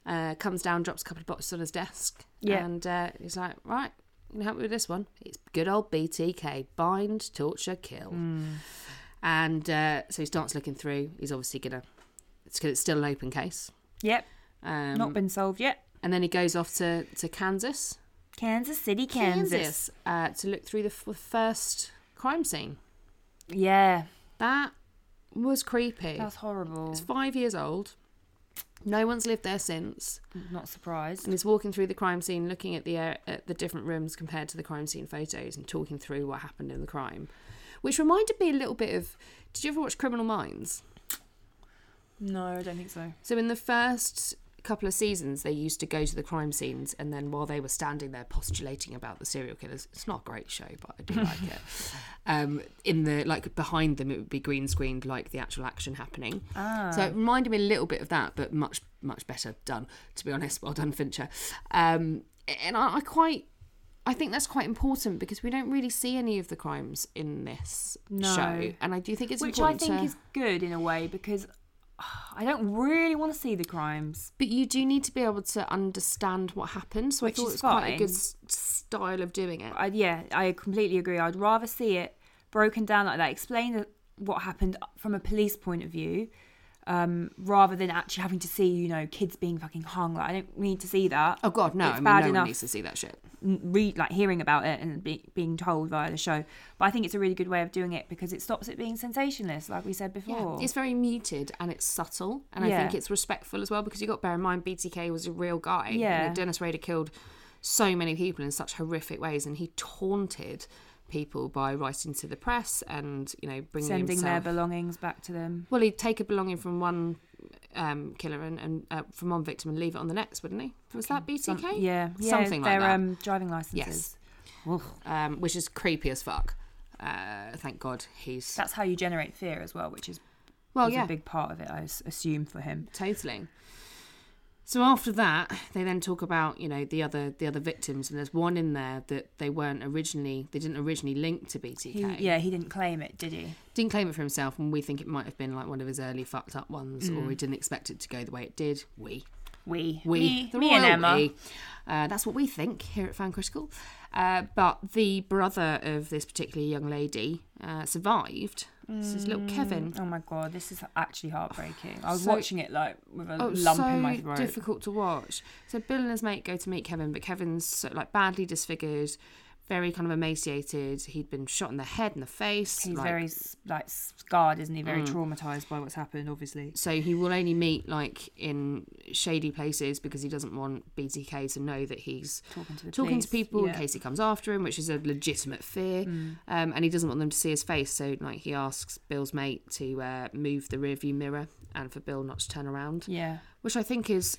Speaker 1: uh, comes down, drops a couple of boxes on his desk,
Speaker 2: Yeah.
Speaker 1: and uh, he's like, "Right, you can help me with this one. It's good old BTK, bind, torture, kill."
Speaker 2: Hmm.
Speaker 1: And uh, so he starts looking through. He's obviously gonna, it's, 'cause it's still an open case.
Speaker 2: Yep,
Speaker 1: Um,
Speaker 2: not been solved yet.
Speaker 1: and then he goes off to to Kansas,
Speaker 2: Kansas City, Kansas.
Speaker 1: uh, to look through the f- first crime scene.
Speaker 2: Yeah,
Speaker 1: That was creepy.
Speaker 2: that's horrible.
Speaker 1: It's five years old. No one's lived there since,
Speaker 2: Not surprised.
Speaker 1: and he's walking through the crime scene, looking at the uh, at the different rooms compared to the crime scene photos, and talking through what happened in the crime, which reminded me a little bit of. Did you ever watch Criminal Minds?
Speaker 2: No, I don't think so.
Speaker 1: So in the first couple of seasons, they used to go to the crime scenes, and then while they were standing there postulating about the serial killers, it's not a great show, but I do like it. Um, in the like behind them, it would be green screened, like the actual action happening.
Speaker 2: Ah.
Speaker 1: So it reminded me a little bit of that, but much much better done. To be honest, well done, Fincher. Um, and I, I quite. I think that's quite important because we don't really see any of the crimes in this
Speaker 2: No.
Speaker 1: show, and I do think it's
Speaker 2: Which I
Speaker 1: important
Speaker 2: think
Speaker 1: to-
Speaker 2: is good in a way because ah, I don't really want to see the crimes.
Speaker 1: But you do need to be able to understand what happened. So
Speaker 2: Which
Speaker 1: I thought
Speaker 2: is
Speaker 1: it was quite a
Speaker 2: fine.
Speaker 1: good s- style of doing it.
Speaker 2: I, yeah, I completely agree. I'd rather see it broken down like that, explain what happened from a police point of view, um, rather than actually having to see, you know, kids being fucking hung. Like, I don't need to see that.
Speaker 1: Oh God, no!
Speaker 2: It's
Speaker 1: I mean,
Speaker 2: bad
Speaker 1: no one
Speaker 2: enough.
Speaker 1: needs to see that shit.
Speaker 2: n- read like hearing about it and be, being told via the show but i think it's a really good way of doing it because it stops it being sensationalist like we said before
Speaker 1: It's very muted and it's subtle, and I
Speaker 2: Yeah.
Speaker 1: think it's respectful as well because you got to bear in mind BTK was a real guy. You know,
Speaker 2: Yeah.
Speaker 1: Dennis Rader killed so many people in such horrific ways, and he taunted people by writing to the press and you know bringing
Speaker 2: sending their
Speaker 1: himself.
Speaker 2: belongings back to them
Speaker 1: well, he'd take a belonging from one um, killer and, and uh, from one victim and leave it on the next, wouldn't he? Was that BTK?
Speaker 2: Some- yeah, yeah
Speaker 1: something like
Speaker 2: their,
Speaker 1: that.
Speaker 2: um driving licenses
Speaker 1: Yes. Um, which is creepy as fuck. Uh, thank God he's.
Speaker 2: that's how you generate fear as well which is
Speaker 1: Well,
Speaker 2: was
Speaker 1: Oh, yeah,
Speaker 2: a big part of it i s- assume for him
Speaker 1: totally. So after that, they then talk about you know the other the other victims, and there's one in there that they weren't originally they didn't originally link to BTK.
Speaker 2: he, yeah he didn't claim it did he
Speaker 1: didn't claim it for himself, and we think it might have been like one of his early fucked up ones,
Speaker 2: Mm.
Speaker 1: or he didn't expect it to go the way it did. We
Speaker 2: we
Speaker 1: we
Speaker 2: me,
Speaker 1: the
Speaker 2: me
Speaker 1: royal
Speaker 2: and emma
Speaker 1: we. Uh, that's what we think here at Fan Critical. Uh, but the brother of this particular young lady uh, survived. This is little Kevin.
Speaker 2: oh my god this is actually heartbreaking i was
Speaker 1: So-
Speaker 2: watching it like with a
Speaker 1: Oh, it's
Speaker 2: lump
Speaker 1: so
Speaker 2: in my throat
Speaker 1: difficult to watch. So Bill and his mate go to meet Kevin, but Kevin's so, like badly uh, disfigured, very kind of emaciated. He'd been shot in the head and the face.
Speaker 2: He's
Speaker 1: like- Mm.
Speaker 2: very s- like scarred, isn't he? Very traumatized by what's happened, obviously.
Speaker 1: so he will only meet like in shady places because he doesn't want BTK to know that he's
Speaker 2: Talking to the
Speaker 1: talking to
Speaker 2: police,
Speaker 1: people in
Speaker 2: yeah. Mm.
Speaker 1: case he comes after him, which is a legitimate fear. Um, and he doesn't want them to see his face, so like he asks Bill's mate to uh, move the rearview mirror and for Bill not to turn around,
Speaker 2: Yeah,
Speaker 1: which I think is,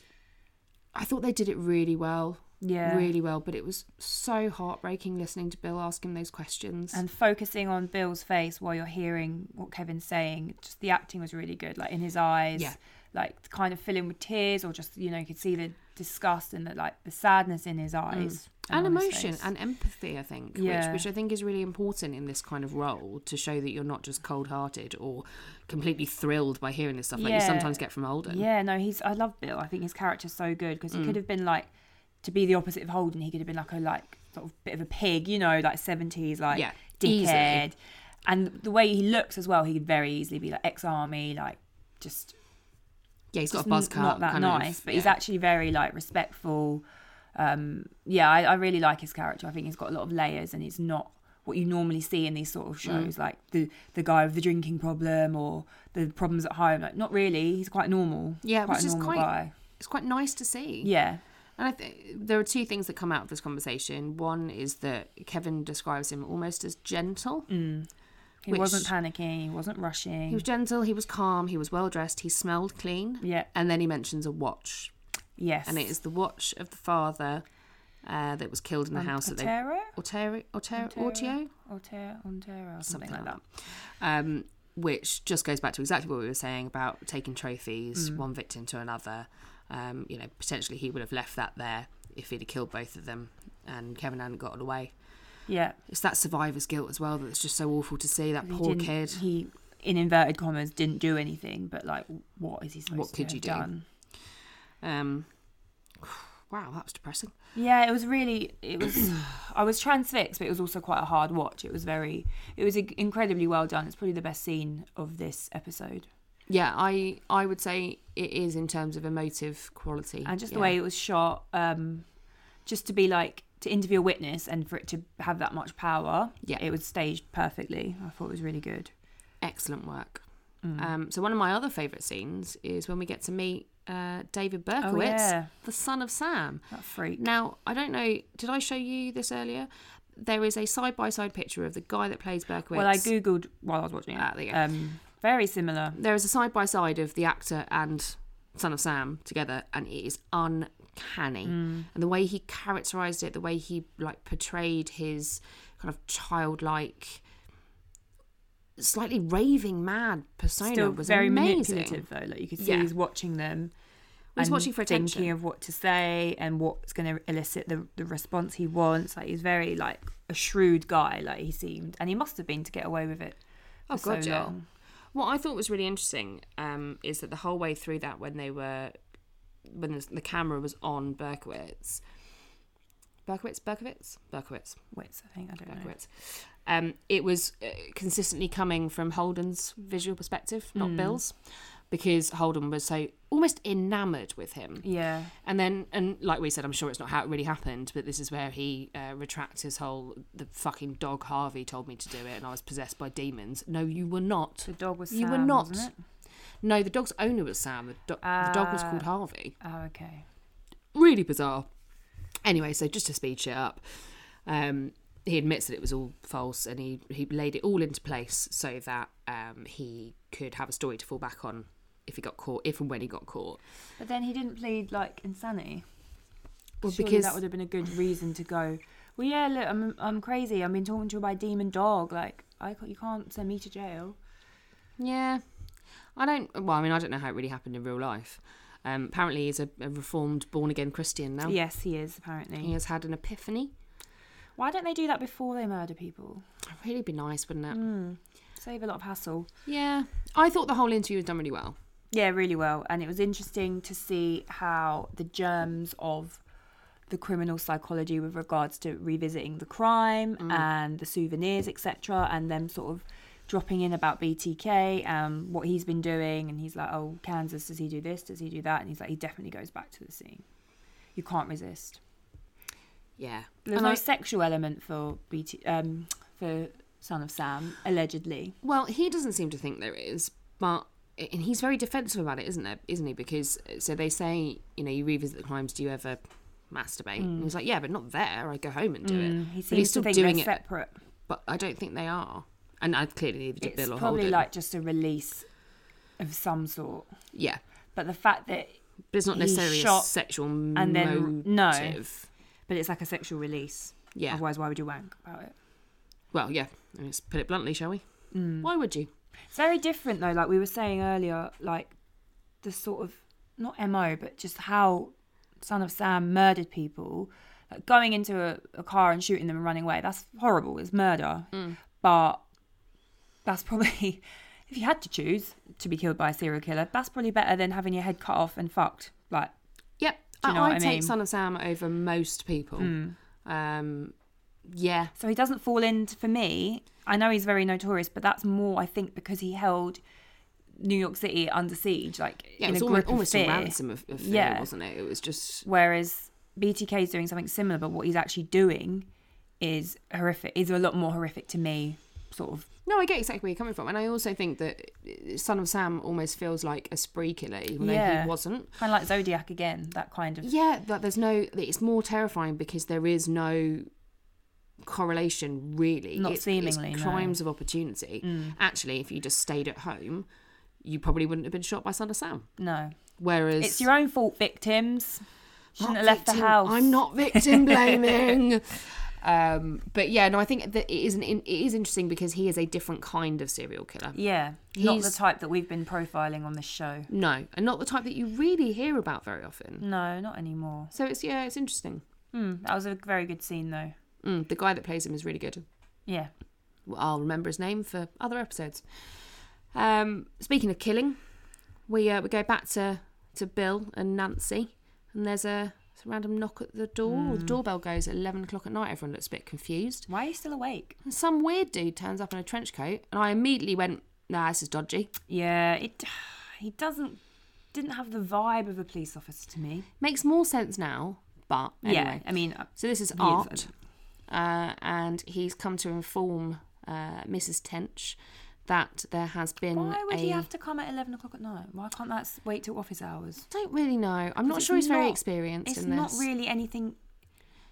Speaker 1: I thought they did it really well,
Speaker 2: yeah.
Speaker 1: really well. But it was so heartbreaking listening to Bill ask him those questions.
Speaker 2: And focusing on Bill's face while you're hearing what Kevin's saying, just the acting was really good. Like in his eyes,
Speaker 1: Yeah.
Speaker 2: like kind of filling with tears, or just you know you could see the disgust and the like the sadness in his eyes
Speaker 1: Mm. and
Speaker 2: on his
Speaker 1: emotion
Speaker 2: face.
Speaker 1: and empathy, I think,
Speaker 2: Yeah.
Speaker 1: which, which I think is really important in this kind of role to show that you're not just cold hearted or completely thrilled by hearing this stuff like you
Speaker 2: Yeah.
Speaker 1: sometimes get from Holden.
Speaker 2: Yeah, no, he's. I love Bill. I think his character's so good because he
Speaker 1: Mm.
Speaker 2: could have been like to be the opposite of Holden. He could have been like a like sort of bit of a pig, you know, like seventies, like
Speaker 1: Yeah, easily.
Speaker 2: dickhead. And the way he looks as well, he could very easily be like ex-army, like just
Speaker 1: Yeah, he's got
Speaker 2: just
Speaker 1: a buzz cut.
Speaker 2: not that
Speaker 1: kind
Speaker 2: nice,
Speaker 1: of,
Speaker 2: but he's
Speaker 1: yeah.
Speaker 2: actually very like respectful. Um, yeah, I, I really like his character. I think he's got a lot of layers, and he's not what you normally see in these sort of shows, like the the guy with the drinking problem or the problems at home. Like, not really. He's quite normal.
Speaker 1: Yeah,
Speaker 2: quite
Speaker 1: which
Speaker 2: a
Speaker 1: is
Speaker 2: normal
Speaker 1: quite-
Speaker 2: guy.
Speaker 1: it's quite nice to see.
Speaker 2: Yeah,
Speaker 1: And I think there are two things that come out of this conversation. One is that Kevin describes him almost as gentle.
Speaker 2: he
Speaker 1: Which-
Speaker 2: wasn't panicking. He wasn't rushing.
Speaker 1: He was gentle, he was calm, he was well dressed, he smelled clean.
Speaker 2: Mm. yeah.
Speaker 1: And then he mentions a watch.
Speaker 2: Yes.
Speaker 1: And it is the watch of the father uh, that was killed in the
Speaker 2: Um,
Speaker 1: house that they.
Speaker 2: Otero?
Speaker 1: Otero, Otero,
Speaker 2: Otero?
Speaker 1: Oteo?
Speaker 2: Otero, Otero, or something,
Speaker 1: something
Speaker 2: like that.
Speaker 1: Um, which just goes back to exactly what we were saying about taking trophies,
Speaker 2: Mm.
Speaker 1: one victim to another. Um, you know, potentially he would have left that there if he'd have killed both of them, and Kevin hadn't gotten away.
Speaker 2: Yeah.
Speaker 1: It's that survivor's guilt as well that's just so awful to see. That poor
Speaker 2: he didn't-
Speaker 1: kid.
Speaker 2: He, in inverted commas, didn't do anything. But like, what is he supposed
Speaker 1: What
Speaker 2: to
Speaker 1: could
Speaker 2: have
Speaker 1: you do?
Speaker 2: done?
Speaker 1: Um, wow, that was depressing.
Speaker 2: Yeah, it was really. It was. I was transfixed, but it was also quite a hard watch. It was very. It was in- incredibly well done. It's probably the best scene of this episode,
Speaker 1: Yeah, I I would say it is in terms of emotive quality
Speaker 2: and just the
Speaker 1: yeah.
Speaker 2: way it was shot. Um, just to be like to interview a witness and for it to have that much power.
Speaker 1: Yeah.
Speaker 2: it was staged perfectly. I thought it was really good.
Speaker 1: excellent work.
Speaker 2: Mm.
Speaker 1: Um, so one of my other favourite scenes is when we get to meet uh, David Berkowitz,
Speaker 2: Oh, yeah.
Speaker 1: the son of Sam.
Speaker 2: That freak.
Speaker 1: Now, I don't know, did I show you this earlier? There is a side by side picture of the guy that plays Berkowitz.
Speaker 2: Well, I googled while I was watching it.
Speaker 1: Ah, there you go.
Speaker 2: um, very similar.
Speaker 1: There is a side by side of the actor and Son of Sam together, and it is uncanny.
Speaker 2: Hmm.
Speaker 1: And the way he characterized it, the way he like portrayed his kind of childlike, slightly raving mad persona
Speaker 2: Still
Speaker 1: was
Speaker 2: very
Speaker 1: amazing.
Speaker 2: manipulative though. Like you could see
Speaker 1: Yeah.
Speaker 2: he's watching them.
Speaker 1: He's
Speaker 2: and
Speaker 1: watching for
Speaker 2: Thinking
Speaker 1: attention.
Speaker 2: of what to say and what's going to elicit the, the response he wants. Like he's very like a shrewd guy. Like he seemed, and he must have been to get away with it.
Speaker 1: Oh,
Speaker 2: for
Speaker 1: God,
Speaker 2: so
Speaker 1: yeah.
Speaker 2: long.
Speaker 1: What I thought was really interesting um, is that the whole way through that, when they were, when the, the camera was on Berkowitz, Berkowitz, Berkowitz, Berkowitz,
Speaker 2: Wits, I think I don't know.
Speaker 1: Berkowitz, um, it was uh, consistently coming from Holden's visual perspective, not
Speaker 2: Hmm.
Speaker 1: Bill's, because Holden was so almost enamoured with him.
Speaker 2: Yeah,
Speaker 1: And then, and like we said, I'm sure it's not how it really happened, but this is where he uh, retracts his whole the fucking dog Harvey told me to do it, and I was possessed by demons. No, you were not.
Speaker 2: the dog was.
Speaker 1: You were
Speaker 2: Sam,
Speaker 1: not.
Speaker 2: wasn't it?
Speaker 1: No, the dog's owner was Sam. The, do- the dog was
Speaker 2: Ah.
Speaker 1: called Harvey.
Speaker 2: Oh, okay.
Speaker 1: Really bizarre. Anyway, so just to speed shit up, um, he admits that it was all false and he, he laid it all into place so that um, he could have a story to fall back on if he got caught, if and when he got caught.
Speaker 2: But then he didn't plead like insanity.
Speaker 1: Well,
Speaker 2: Surely
Speaker 1: because
Speaker 2: that would have been a good reason to go. Well, yeah, look, I'm I'm crazy. I've been talking to you by demon dog. Like, I ca- you can't send me to jail.
Speaker 1: Yeah. I don't, well, I mean, I don't know how it really happened in real life. Um, apparently, he's a, a reformed, born again Christian now.
Speaker 2: Yes, he is apparently.
Speaker 1: He has had an epiphany.
Speaker 2: Why don't they do that before they murder people?
Speaker 1: Really be nice, wouldn't it?
Speaker 2: Mm. Save a lot of hassle.
Speaker 1: Yeah. I thought the whole interview was done really well.
Speaker 2: Yeah, really well. And it was interesting to see how the germs of the criminal psychology with regards to revisiting the crime
Speaker 1: Mm.
Speaker 2: and the souvenirs, etc., and them sort of dropping in about BTK and um, what he's been doing. And he's like, oh, Kansas, does he do this? Does he do that? And he's like, he definitely goes back to the scene. You can't resist.
Speaker 1: Yeah.
Speaker 2: There's
Speaker 1: And
Speaker 2: no
Speaker 1: I-
Speaker 2: sexual element for BT, um, for Son of Sam, allegedly.
Speaker 1: Well, he doesn't seem to think there is, but and he's very defensive about it, isn't there? Isn't he? Because so they say, you know, you revisit the crimes. Do you ever masturbate? And he's like, yeah, but not there. I go home and do it.
Speaker 2: Mm, He
Speaker 1: Mm. but he's
Speaker 2: seems
Speaker 1: still
Speaker 2: to think
Speaker 1: doing
Speaker 2: they're
Speaker 1: it.
Speaker 2: separate.
Speaker 1: But I don't think they are. And I clearly neither did
Speaker 2: It's
Speaker 1: Bill or
Speaker 2: probably
Speaker 1: Holden.
Speaker 2: like just a release of some sort.
Speaker 1: yeah,
Speaker 2: But the fact that,
Speaker 1: but it's not
Speaker 2: He
Speaker 1: necessarily a
Speaker 2: shot
Speaker 1: sexual
Speaker 2: and then- no.
Speaker 1: motive.
Speaker 2: but it's like a sexual release.
Speaker 1: Yeah.
Speaker 2: Otherwise, why would you wank about it?
Speaker 1: Well, yeah. Let's put it bluntly, shall we?
Speaker 2: Mm.
Speaker 1: Why would you?
Speaker 2: It's very different though. Like we were saying earlier, like the sort of not mo, but just how Son of Sam murdered people, like going into a, a car and shooting them and running away. That's horrible. It's murder,
Speaker 1: Mm.
Speaker 2: but that's probably if you had to choose to be killed by a serial killer, that's probably better than having your head cut off and fucked. Like
Speaker 1: Yep.
Speaker 2: Do you know
Speaker 1: I,
Speaker 2: what
Speaker 1: I'd
Speaker 2: I
Speaker 1: take
Speaker 2: mean? Mm.
Speaker 1: Son of Sam over most people. Um, yeah.
Speaker 2: So he doesn't fall into for me. I know he's very notorious, but that's more I think because he held New York City under siege, like
Speaker 1: Yeah,
Speaker 2: in
Speaker 1: it was
Speaker 2: a
Speaker 1: almost,
Speaker 2: grip
Speaker 1: almost
Speaker 2: of
Speaker 1: a
Speaker 2: fear.
Speaker 1: ransom of, of fear,
Speaker 2: Yeah.
Speaker 1: wasn't it? It was just
Speaker 2: Whereas BTK is doing something similar, but what he's actually doing is horrific. Is a lot more horrific to me, sort of.
Speaker 1: no. I get exactly where you're coming from, and I also think that Son of Sam almost feels like a spree killer, even though
Speaker 2: Yeah.
Speaker 1: he wasn't.
Speaker 2: Kind of like Zodiac again, that kind of.
Speaker 1: Yeah, that there's no. It's more terrifying because there is no correlation really.
Speaker 2: Not
Speaker 1: it's,
Speaker 2: seemingly,
Speaker 1: it's
Speaker 2: no. Mm.
Speaker 1: crimes of opportunity. Actually, if you just stayed at home, you probably wouldn't have been shot by Son of Sam.
Speaker 2: No.
Speaker 1: Whereas
Speaker 2: It's your own fault, victims. Shouldn't
Speaker 1: Not
Speaker 2: have left
Speaker 1: victim-
Speaker 2: the house.
Speaker 1: I'm not victim blaming. um, but yeah, no, I think that it is an, it is interesting because he is a different kind of serial killer.
Speaker 2: Yeah. Not the
Speaker 1: He's-
Speaker 2: type that we've been profiling on this show.
Speaker 1: No, and not the type that you really hear about very often.
Speaker 2: No, not anymore.
Speaker 1: So it's yeah, it's interesting.
Speaker 2: Hmm, that was a very good scene, though.
Speaker 1: Mm, the guy that plays him is really good.
Speaker 2: Yeah.
Speaker 1: Well, I'll remember his name for other episodes. Um, speaking of killing, we uh, we go back to to Bill and Nancy, and there's a, there's a random knock at the door.
Speaker 2: Hmm.
Speaker 1: The doorbell goes at eleven o'clock at night. Everyone looks a bit confused.
Speaker 2: Why are you still awake?
Speaker 1: And some weird dude turns up in a trench coat, and I immediately went, "Nah, this is dodgy."
Speaker 2: Yeah, it. He doesn't. Didn't have the vibe of a police officer to me.
Speaker 1: Makes more sense now, but anyway.
Speaker 2: Yeah, I mean, uh,
Speaker 1: So this is Art, uh, and he's come to inform uh, Mrs. Tench that there has been
Speaker 2: why would
Speaker 1: a.
Speaker 2: he have to come at eleven o'clock at night? Why can't that s- wait till office hours?
Speaker 1: don't really know. I'm not
Speaker 2: it's
Speaker 1: sure he's very
Speaker 2: not-
Speaker 1: experienced
Speaker 2: It's
Speaker 1: in this.
Speaker 2: not really anything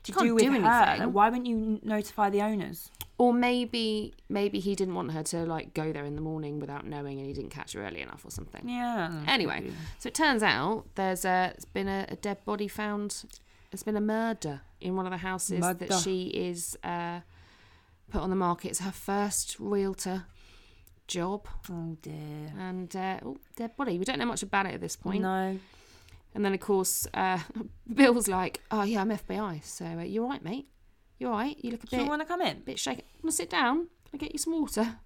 Speaker 2: to
Speaker 1: can't
Speaker 2: do with
Speaker 1: do
Speaker 2: her. Like,
Speaker 1: anything.
Speaker 2: why wouldn't you n- notify the owners?
Speaker 1: Or maybe, maybe he didn't want her to like go there in the morning without knowing, and he didn't catch her early enough or something.
Speaker 2: Yeah.
Speaker 1: Anyway, so it turns out there's a it's been a, a dead body found. There's been a murder in one of the houses that
Speaker 2: Murder.
Speaker 1: she is uh, put on the market. It's her first realtor job,
Speaker 2: Oh dear.
Speaker 1: and uh, oh, dead body. We don't know much about it at this point.
Speaker 2: No.
Speaker 1: And then of course, uh, Bill's like, "Oh yeah, I'm FBI, so uh, you're right, mate. You're right. You look a
Speaker 2: Do you
Speaker 1: bit
Speaker 2: want to come in?
Speaker 1: bit shaken. Want to sit down? Can I get you some water?"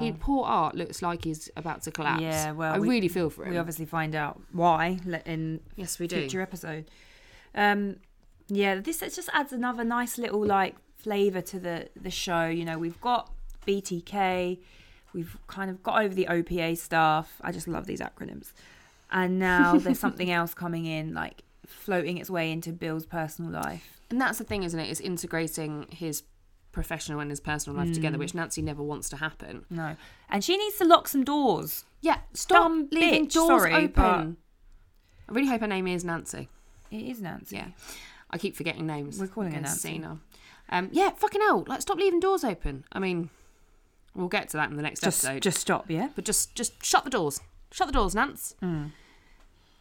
Speaker 1: He poor Art looks like he's about to collapse.
Speaker 2: Yeah, well,
Speaker 1: I
Speaker 2: we-
Speaker 1: really feel for him.
Speaker 2: We obviously find out why le- in
Speaker 1: yes, we
Speaker 2: future episode. Um, yeah, this it just adds another nice little like flavour to the the show. You know, we've got BTK, we've kind of got over the OPA stuff. I just love these acronyms, and now there's something else coming in, like floating its way into Bill's personal life.
Speaker 1: And that's the thing, isn't it? It's integrating his professional and his personal life together, which Nancy never wants to happen.
Speaker 2: No, and she needs to lock some doors.
Speaker 1: Yeah, stop
Speaker 2: Dumb
Speaker 1: leaving
Speaker 2: bitch,
Speaker 1: doors
Speaker 2: sorry,
Speaker 1: open.
Speaker 2: but-
Speaker 1: I really hope her name is Nancy.
Speaker 2: It is Nancy.
Speaker 1: Yeah, I keep forgetting names.
Speaker 2: We're calling her
Speaker 1: Against
Speaker 2: Nancy.
Speaker 1: Cena. Um, yeah, fucking hell! Like, stop leaving doors open. I mean, we'll get to that in the next
Speaker 2: just
Speaker 1: episode.
Speaker 2: just stop. Yeah.
Speaker 1: but just just shut the doors. Shut the doors, Nance.
Speaker 2: Hmm.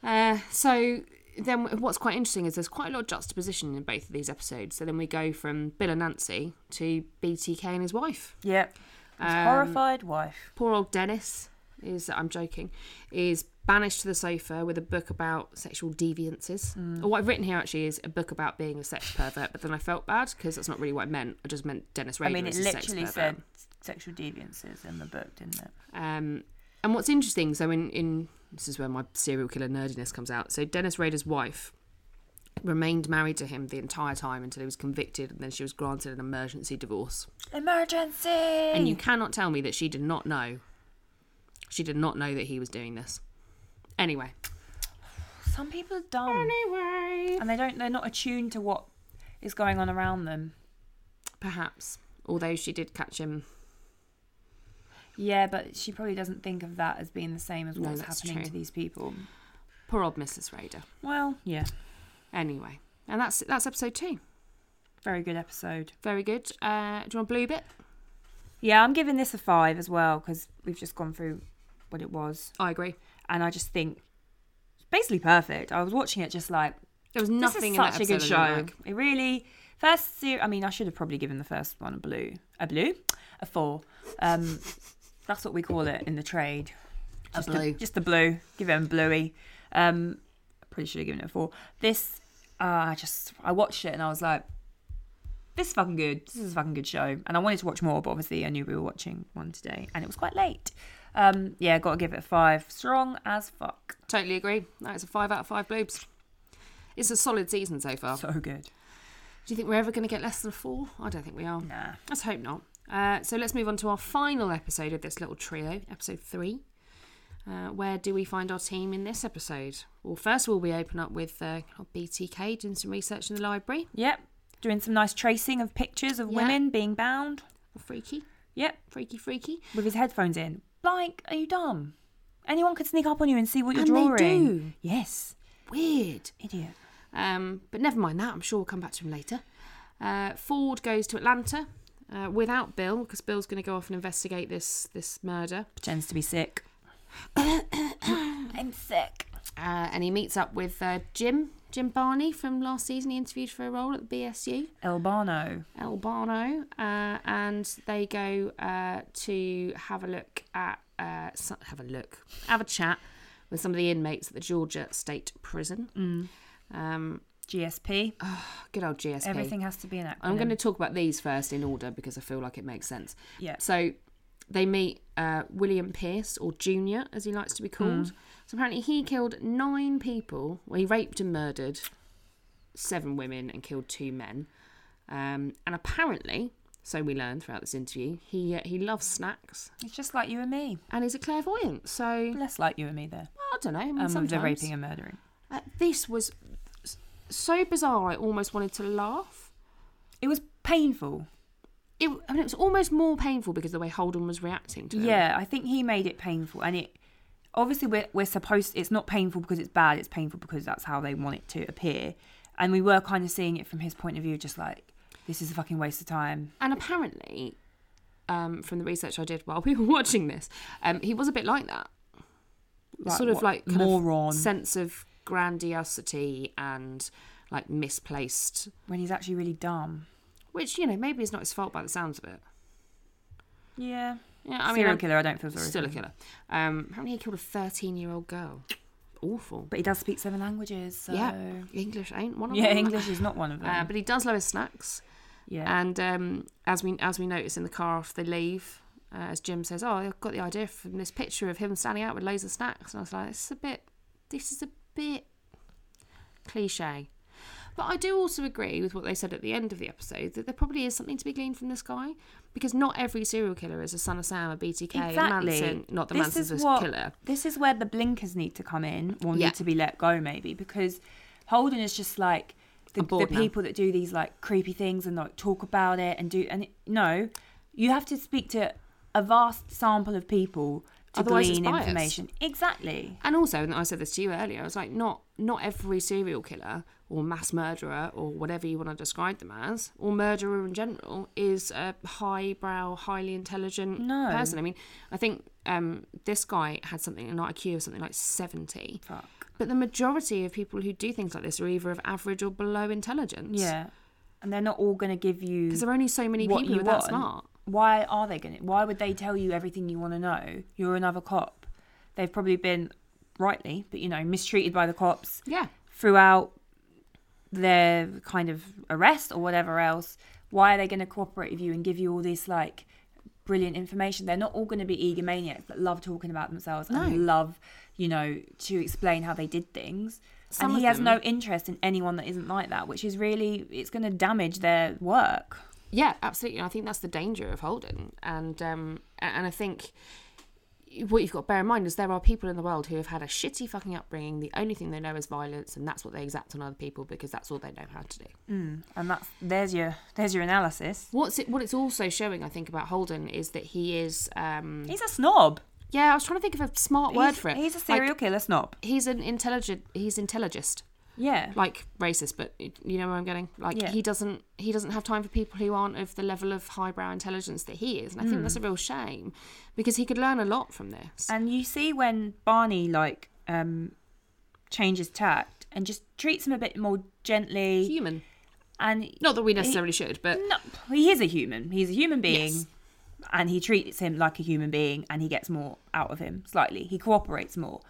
Speaker 1: Uh, so then, what's quite interesting is there's quite a lot of juxtaposition in both of these episodes. So then we go from Bill and Nancy to BTK and his wife.
Speaker 2: Yep. His
Speaker 1: Um,
Speaker 2: horrified wife.
Speaker 1: Poor old Dennis is I'm joking is banished to the sofa with a book about sexual deviances.
Speaker 2: Hmm.
Speaker 1: Or what I've written here actually is a book about being a sex pervert, but then I felt bad because that's not really what I meant. I just meant Dennis Rader
Speaker 2: I mean,
Speaker 1: is
Speaker 2: it
Speaker 1: Um, a sex
Speaker 2: literally
Speaker 1: pervert.
Speaker 2: said sexual deviances in the book, didn't it?
Speaker 1: Um, and what's interesting, so in, in this is where my serial killer nerdiness comes out. So Dennis Rader's wife remained married to him the entire time until he was convicted, and then she was granted an emergency divorce.
Speaker 2: Emergency!
Speaker 1: And you cannot tell me that she did not know. She did not know that he was doing this. Anyway.
Speaker 2: Some people are dumb
Speaker 1: Anyway.
Speaker 2: and they don't. They're not attuned to what is going on around them.
Speaker 1: Perhaps. Although she did catch him.
Speaker 2: Yeah, but she probably doesn't think of that as being the same as
Speaker 1: No,
Speaker 2: what's
Speaker 1: that's
Speaker 2: happening
Speaker 1: true.
Speaker 2: to these people.
Speaker 1: Poor old Mrs. Raider.
Speaker 2: Well, yeah,
Speaker 1: Anyway. And that's that's episode two.
Speaker 2: very good episode.
Speaker 1: Very good. Uh, do you want blue bit?
Speaker 2: Yeah, I'm giving this a five as well because we've just gone through what it was,
Speaker 1: I agree.
Speaker 2: and I just think it's basically perfect. I was watching it just like
Speaker 1: There was
Speaker 2: this
Speaker 1: nothing in
Speaker 2: is
Speaker 1: that
Speaker 2: such a good
Speaker 1: episode I didn't
Speaker 2: show.
Speaker 1: like.
Speaker 2: It really first series. I mean, I should have probably given the first one a blue, a blue, a four. Um, that's what we call it in the trade.
Speaker 1: A
Speaker 2: Just
Speaker 1: blue.
Speaker 2: The, just the blue. Give it a bluey. Um, probably should have given it a four. This, uh, I just I watched it and I was like, this is fucking good. This is a fucking good show. And I wanted to watch more, but obviously I knew we were watching one today, and it was quite late. Um, yeah, got to give it a five. Strong as fuck.
Speaker 1: Totally agree. That's a five out of five bloobs. It's a solid season so far.
Speaker 2: So good.
Speaker 1: Do you think we're ever going to get less than a four? I don't think we are.
Speaker 2: Nah.
Speaker 1: Let's hope not. Uh, so let's move on to our final episode of this little trio, episode three. Uh, where do we find our team in this episode? Well, first of all, we open up with uh, BTK doing some research in the library.
Speaker 2: Yep. Doing some nice tracing of pictures of
Speaker 1: Yeah.
Speaker 2: women being bound.
Speaker 1: Freaky,
Speaker 2: Yep.
Speaker 1: freaky, freaky.
Speaker 2: With his headphones in. Like, are you dumb? Anyone could sneak up on you and see what you're
Speaker 1: And they
Speaker 2: drawing.
Speaker 1: do.
Speaker 2: Yes.
Speaker 1: Weird.
Speaker 2: Idiot.
Speaker 1: Um, but never mind that. I'm sure we'll come back to him later. Uh, Ford goes to Atlanta uh, without Bill because Bill's going to go off and investigate this this murder.
Speaker 2: Pretends to be sick. I'm sick.
Speaker 1: Uh, and he meets up with uh, Jim, Jim Barney from last season. He interviewed for a role at the BSU,
Speaker 2: Elbano.
Speaker 1: El Barno. Uh, and they go uh, to have a look at, uh, so- have a look, have a chat with some of the inmates at the Georgia State Prison. Um,
Speaker 2: GSP.
Speaker 1: good old GSP.
Speaker 2: Everything has to be an acronym.
Speaker 1: I'm going to talk about these first in order because I feel like it makes sense.
Speaker 2: Yeah.
Speaker 1: So they meet uh, William Pierce, or Junior, as he likes to be called.
Speaker 2: Hmm.
Speaker 1: So apparently he killed nine people. Well, he raped and murdered seven women and killed two men. Um, and apparently, so we learned throughout this interview, he uh, he loves snacks
Speaker 2: It's just like you and me.
Speaker 1: and he's a clairvoyant. So I
Speaker 2: Less like you and me there.
Speaker 1: don't know. I mean,
Speaker 2: Um, with the
Speaker 1: sometimes-
Speaker 2: raping and murdering.
Speaker 1: Uh, this was s- so bizarre. I almost wanted to laugh.
Speaker 2: It was painful.
Speaker 1: it, I mean, it was almost more painful because the way Holden was reacting to them.
Speaker 2: Yeah, I think he made it painful, and it obviously we're we're supposed. It's not painful because it's bad. It's painful because that's how they want it to appear, and we were kind of seeing it from his point of view, just like this is a fucking waste of time.
Speaker 1: And apparently, um, from the research I did while we were watching this, um, he was a bit like that.
Speaker 2: Like,
Speaker 1: sort of
Speaker 2: what-
Speaker 1: like kind
Speaker 2: moron.
Speaker 1: of sense of grandiosity and like misplaced,
Speaker 2: when he's actually really dumb.
Speaker 1: which you know maybe is not his fault by the sounds of it.
Speaker 2: Yeah,
Speaker 1: Yeah, I mean,
Speaker 2: serial
Speaker 1: I'm
Speaker 2: killer. I don't feel sorry.
Speaker 1: still
Speaker 2: for
Speaker 1: a
Speaker 2: him.
Speaker 1: killer. Um, apparently, he killed a thirteen-year-old girl. Awful.
Speaker 2: but he does speak seven languages. So...
Speaker 1: Yeah, English ain't one of
Speaker 2: yeah.
Speaker 1: them.
Speaker 2: English is not one of them.
Speaker 1: Uh, but he does love his snacks.
Speaker 2: yeah,
Speaker 1: And um, as we as we notice in the car after they leave, uh, as Jim says, "Oh, I got the idea from this picture of him standing out with loads of snacks," and I was like, "This is a bit, this is a bit cliche." But I do also agree with what they said at the end of the episode that there probably is something to be gleaned from this guy because not every serial killer is a son of Sam, a BTK, a Manson. Not the
Speaker 2: This
Speaker 1: Manson's
Speaker 2: is
Speaker 1: a
Speaker 2: what-
Speaker 1: killer.
Speaker 2: This is where the blinkers need to come in or
Speaker 1: Yeah.
Speaker 2: need to be let go, maybe, because Holden is just like the,
Speaker 1: I'm bored
Speaker 2: the
Speaker 1: now.
Speaker 2: people that do these like creepy things and like talk about it and do and it, no, you have to speak to a vast sample of people to
Speaker 1: Otherwise it's
Speaker 2: glean
Speaker 1: biased.
Speaker 2: information. Exactly.
Speaker 1: And also, and I said this to you earlier, I was like, not not every serial killer or mass murderer or whatever you want to describe them as, or murderer in general, is a highbrow, highly intelligent
Speaker 2: No.
Speaker 1: person. I mean, I think um, this guy had something an IQ of something like seventy,
Speaker 2: Fuck.
Speaker 1: but the majority of people who do things like this are either of average or below intelligence.
Speaker 2: Yeah, and they're not all going to give you
Speaker 1: because there are only so many
Speaker 2: what
Speaker 1: people
Speaker 2: you
Speaker 1: who are that
Speaker 2: want.
Speaker 1: smart.
Speaker 2: Why are they going to? Why would they tell you everything you want to know? You're another cop. They've probably been rightly, but you know, mistreated by the cops.
Speaker 1: Yeah,
Speaker 2: throughout their kind of arrest or whatever else, why are they going to cooperate with you and give you all this like brilliant information? They're not all going to be egomaniacs that love talking about themselves and love, you know, to explain how they did things.
Speaker 1: Some
Speaker 2: and he
Speaker 1: of
Speaker 2: has no
Speaker 1: them-
Speaker 2: interest in anyone that isn't like that, which is really it's going to damage their work.
Speaker 1: Yeah, absolutely. And I think that's the danger of Holden, and um, a- and I think what you've got to bear in mind is there are people in the world who have had a shitty fucking upbringing. The only thing they know is violence, and that's what they exact on other people because that's all they know how to do.
Speaker 2: Mm, and that's there's your there's your analysis.
Speaker 1: What's it? What it's also showing, I think, about Holden is that he is. Um,
Speaker 2: He's a snob.
Speaker 1: yeah, I was trying to think of a smart word
Speaker 2: he's,
Speaker 1: for it.
Speaker 2: He's a
Speaker 1: Like,
Speaker 2: serial killer snob.
Speaker 1: he's an intelligent. He's intelligist,
Speaker 2: Yeah.
Speaker 1: like racist, but y- you know where I'm getting. Like
Speaker 2: Yeah.
Speaker 1: he doesn't. He doesn't have time for people who aren't of the level of highbrow intelligence that he is, and I think that's a real shame because he could learn a lot from this.
Speaker 2: Mm. And you see when Barney like um changes tact and just treats him a bit more gently
Speaker 1: Human,
Speaker 2: and
Speaker 1: not that we necessarily should, but
Speaker 2: no, he is a human. He's a human being.
Speaker 1: Yes.
Speaker 2: And he treats him like a human being and he gets more out of him slightly. He cooperates more.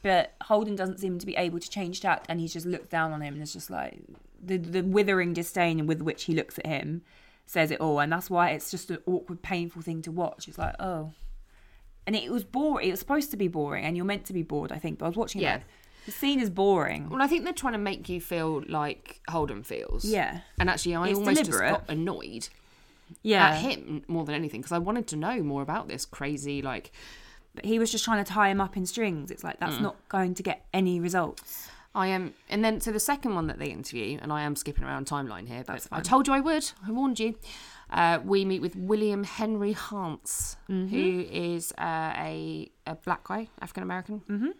Speaker 2: But Holden doesn't seem to be able to change tact and he just looks down on him and it's just like the the withering disdain with which he looks at him says it all and that's why it's just an awkward, painful thing to watch. It's like, oh. And it was boring. It was supposed to be boring and you're meant to be bored, I think, but I was watching it.
Speaker 1: Yeah.
Speaker 2: like, The scene is boring.
Speaker 1: Well, I think they're trying to make you feel like Holden feels.
Speaker 2: Yeah.
Speaker 1: And actually, I
Speaker 2: It's
Speaker 1: almost
Speaker 2: deliberate.
Speaker 1: just got annoyed
Speaker 2: Yeah.
Speaker 1: at him more than anything because I wanted to know more about this crazy, like,
Speaker 2: but he was just trying to tie him up in strings. It's like that's not going to get any results.
Speaker 1: I am. And then, so the second one that they interview, and I am skipping around timeline here, but I told you I would. I warned you. Uh, we meet with William Henry Hance, who is uh, a, a black guy, African American, mm-hmm.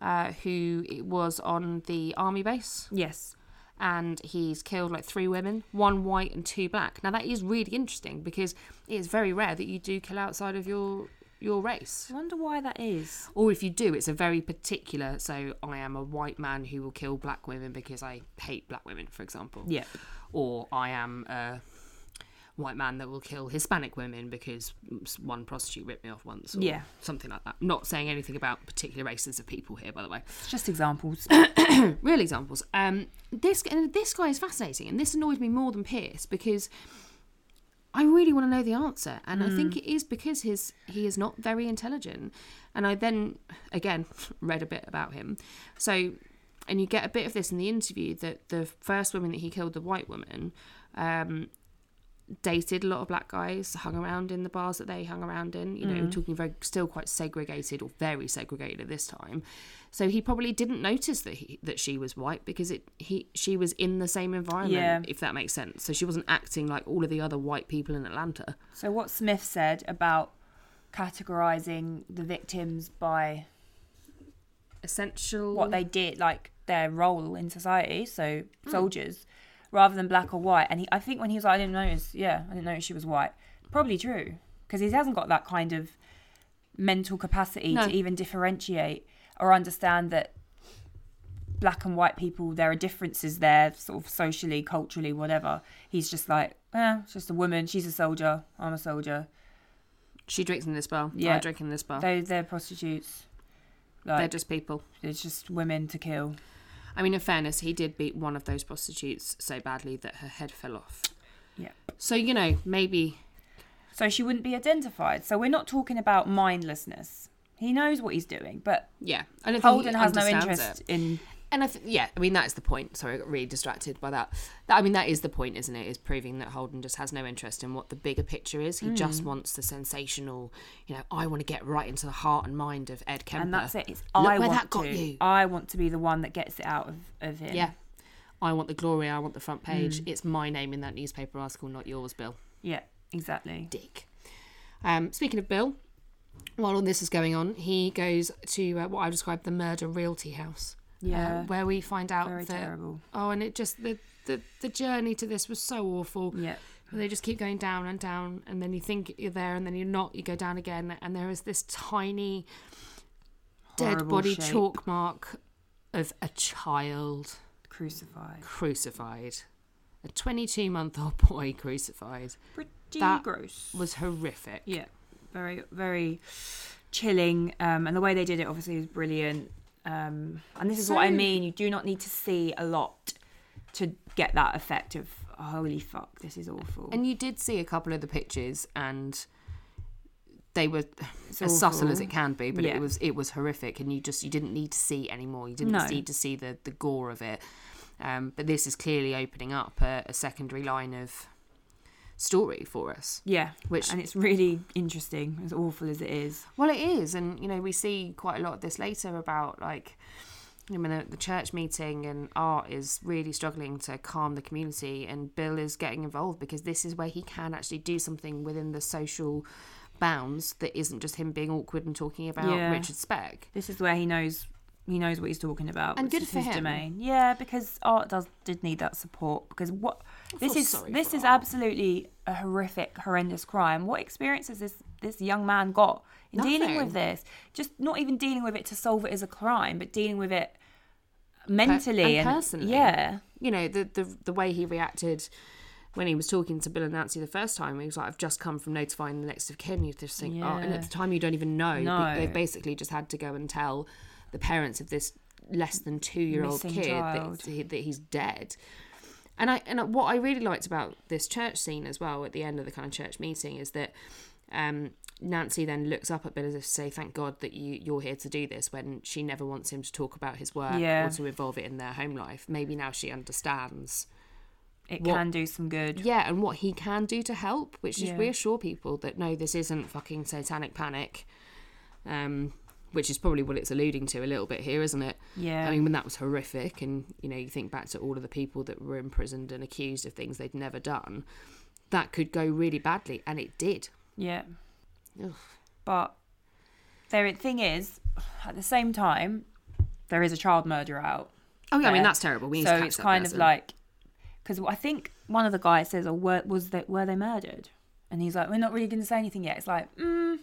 Speaker 1: uh, who was on the army base.
Speaker 2: Yes.
Speaker 1: and he's killed like three women, one white and two black. Now that is really interesting because it is very rare that you do kill outside of your your race.
Speaker 2: I wonder why that is.
Speaker 1: Or if you do, it's a very particular. So I am a white man who will kill black women because I hate black women, for example.
Speaker 2: Yep.
Speaker 1: Or I am a white man that will kill Hispanic women because one prostitute ripped me off once. Or
Speaker 2: Yeah.
Speaker 1: Something like that. Not saying anything about particular races of people here, by the way
Speaker 2: It's just examples.
Speaker 1: real examples. Um, this and this guy is fascinating, and this annoyed me more than Pierce because I really want to know the answer, and I think it is because his he is not very intelligent. And I then again read a bit about him, so and you get a bit of this in the interview that the first woman that he killed, the white woman. Um, dated a lot of black guys hung around in the bars that they hung around in you know
Speaker 2: Mm.
Speaker 1: talking very still quite segregated or very segregated at this time so he probably didn't notice that he that she was white because it he she was in the same environment
Speaker 2: Yeah.
Speaker 1: if that makes sense so she wasn't acting like all of the other white people in atlanta
Speaker 2: so what Smith said about categorizing the victims by
Speaker 1: essential
Speaker 2: what they did, like their role in society, so soldiers, rather than black or white. And he, I think when he was like, I didn't notice, yeah, I didn't notice she was white, probably true, because he hasn't got that kind of mental capacity
Speaker 1: No.
Speaker 2: to even differentiate or understand that black and white people, there are differences there, sort of socially, culturally, whatever. He's just like, eh, it's just a woman, she's a soldier, I'm a soldier.
Speaker 1: she drinks in this bar yeah
Speaker 2: Yeah.
Speaker 1: i drink in this bar
Speaker 2: They, they're prostitutes.
Speaker 1: they're
Speaker 2: Like,
Speaker 1: just people
Speaker 2: it's just women to kill.
Speaker 1: i mean in fairness he did beat one of those prostitutes so badly that her head fell off
Speaker 2: Yeah.
Speaker 1: so you know maybe
Speaker 2: so she wouldn't be identified. So we're not talking about mindlessness. He knows what he's doing, but
Speaker 1: yeah i don't think he
Speaker 2: Holden has no
Speaker 1: understands it.
Speaker 2: interest in.
Speaker 1: And I th- yeah, I mean that's the point. Sorry, I got really distracted by that. that. I mean that is the point, isn't it? Is proving that Holden just has no interest in what the bigger picture is. He just
Speaker 2: Mm.
Speaker 1: wants the sensational. You know, I want to get right into the heart and mind of Ed Kemper.
Speaker 2: And that's it. It's
Speaker 1: Look
Speaker 2: I
Speaker 1: where
Speaker 2: want
Speaker 1: that got
Speaker 2: to.
Speaker 1: you.
Speaker 2: I want to be the one that gets it out of of him.
Speaker 1: Yeah, I want the glory. I want the front page.
Speaker 2: Mm.
Speaker 1: It's my name in that newspaper article, not yours, Bill.
Speaker 2: Yeah. Exactly.
Speaker 1: Dick. Um, speaking of Bill, while all this is going on, he goes to uh, what I describe the murder realty house. uh,
Speaker 2: Yeah.
Speaker 1: where we find out
Speaker 2: Very
Speaker 1: that
Speaker 2: terrible.
Speaker 1: oh, and it just the, the the journey to this was so awful.
Speaker 2: Yeah.
Speaker 1: And they just keep going down and down, and then you think you're there, and then you're not. You go down again, and there is this tiny dead
Speaker 2: Horrible
Speaker 1: body
Speaker 2: shape.
Speaker 1: chalk mark of a child
Speaker 2: Crucified.
Speaker 1: crucified, a 22 month old boy crucified.
Speaker 2: Pretty
Speaker 1: That-
Speaker 2: gross.
Speaker 1: Was horrific.
Speaker 2: Yeah. Very very chilling. Um, and the way they did it obviously was brilliant. Um, and this is what I
Speaker 1: So-
Speaker 2: mean. You do not need to see a lot to get that effect of holy fuck, this is awful.
Speaker 1: And you did see a couple of the pictures, and they were
Speaker 2: It's
Speaker 1: as subtle as
Speaker 2: awful.
Speaker 1: it can be, but
Speaker 2: Yeah.
Speaker 1: it was it was horrific, and you just you didn't need to see anymore. You didn't
Speaker 2: No.
Speaker 1: need to see the the gore of it. Um, but this is clearly opening up a, a secondary line of story for us.
Speaker 2: Yeah,
Speaker 1: Which-
Speaker 2: and it's really interesting, as awful as it is.
Speaker 1: Well, it is, and you know we see quite a lot of this later about like, I mean, the, the church meeting and art is really struggling to calm the community, and Bill is getting involved because this is where he can actually do something within the social bounds that isn't just him being awkward and talking about
Speaker 2: Yeah.
Speaker 1: Richard Speck.
Speaker 2: This is where he knows he knows what he's talking about,
Speaker 1: And
Speaker 2: which
Speaker 1: good
Speaker 2: is
Speaker 1: for
Speaker 2: his
Speaker 1: him.
Speaker 2: domain. Yeah, because art does did need that support. Because what this
Speaker 1: feel
Speaker 2: is
Speaker 1: sorry
Speaker 2: this
Speaker 1: for
Speaker 2: is
Speaker 1: Art.
Speaker 2: absolutely a horrific, horrendous crime. What experiences this this young man got in dealing
Speaker 1: Nothing.
Speaker 2: with this? Just not even dealing with it to solve it as a crime, but dealing with it mentally
Speaker 1: and
Speaker 2: and
Speaker 1: personally.
Speaker 2: Yeah,
Speaker 1: You know the the the way he reacted. When he was talking to Bill and Nancy the first time, he was like, "I've just come from notifying the next of kin." You just think, "Oh," and
Speaker 2: Yeah.
Speaker 1: at the time, you don't even know. Be-
Speaker 2: No.
Speaker 1: They've basically just had to go and tell the parents of this less than two-year-old
Speaker 2: Missing
Speaker 1: kid
Speaker 2: child.
Speaker 1: that, he- that he's dead. And I and what I really liked about this church scene as well at the end of the kind of church meeting is that um, Nancy then looks up at Bill as if to say, "Thank God that you you're here to do this." When she never wants him to talk about his work
Speaker 2: Yeah.
Speaker 1: or to involve it in their home life. Maybe now she understands.
Speaker 2: it
Speaker 1: What-
Speaker 2: can do some good.
Speaker 1: Yeah, and what he can do to help, which is
Speaker 2: Yeah.
Speaker 1: reassure people that no, this isn't fucking satanic panic. Um, which is probably what it's alluding to a little bit here, isn't it?
Speaker 2: Yeah.
Speaker 1: I mean, when that was horrific, and you know, you think back to all of the people that were imprisoned and accused of things they'd never done, that could go really badly, and it did.
Speaker 2: Yeah.
Speaker 1: Ugh.
Speaker 2: But the thing is, at the same time, there is a child murderer out.
Speaker 1: Oh yeah, I
Speaker 2: there.
Speaker 1: mean that's terrible. We need
Speaker 2: so
Speaker 1: to catch
Speaker 2: it's
Speaker 1: that
Speaker 2: kind
Speaker 1: person.
Speaker 2: of like because I think one of the guys says, "Or were, was that were they murdered?" And he's like, "We're not really going to say anything yet." It's like, mm,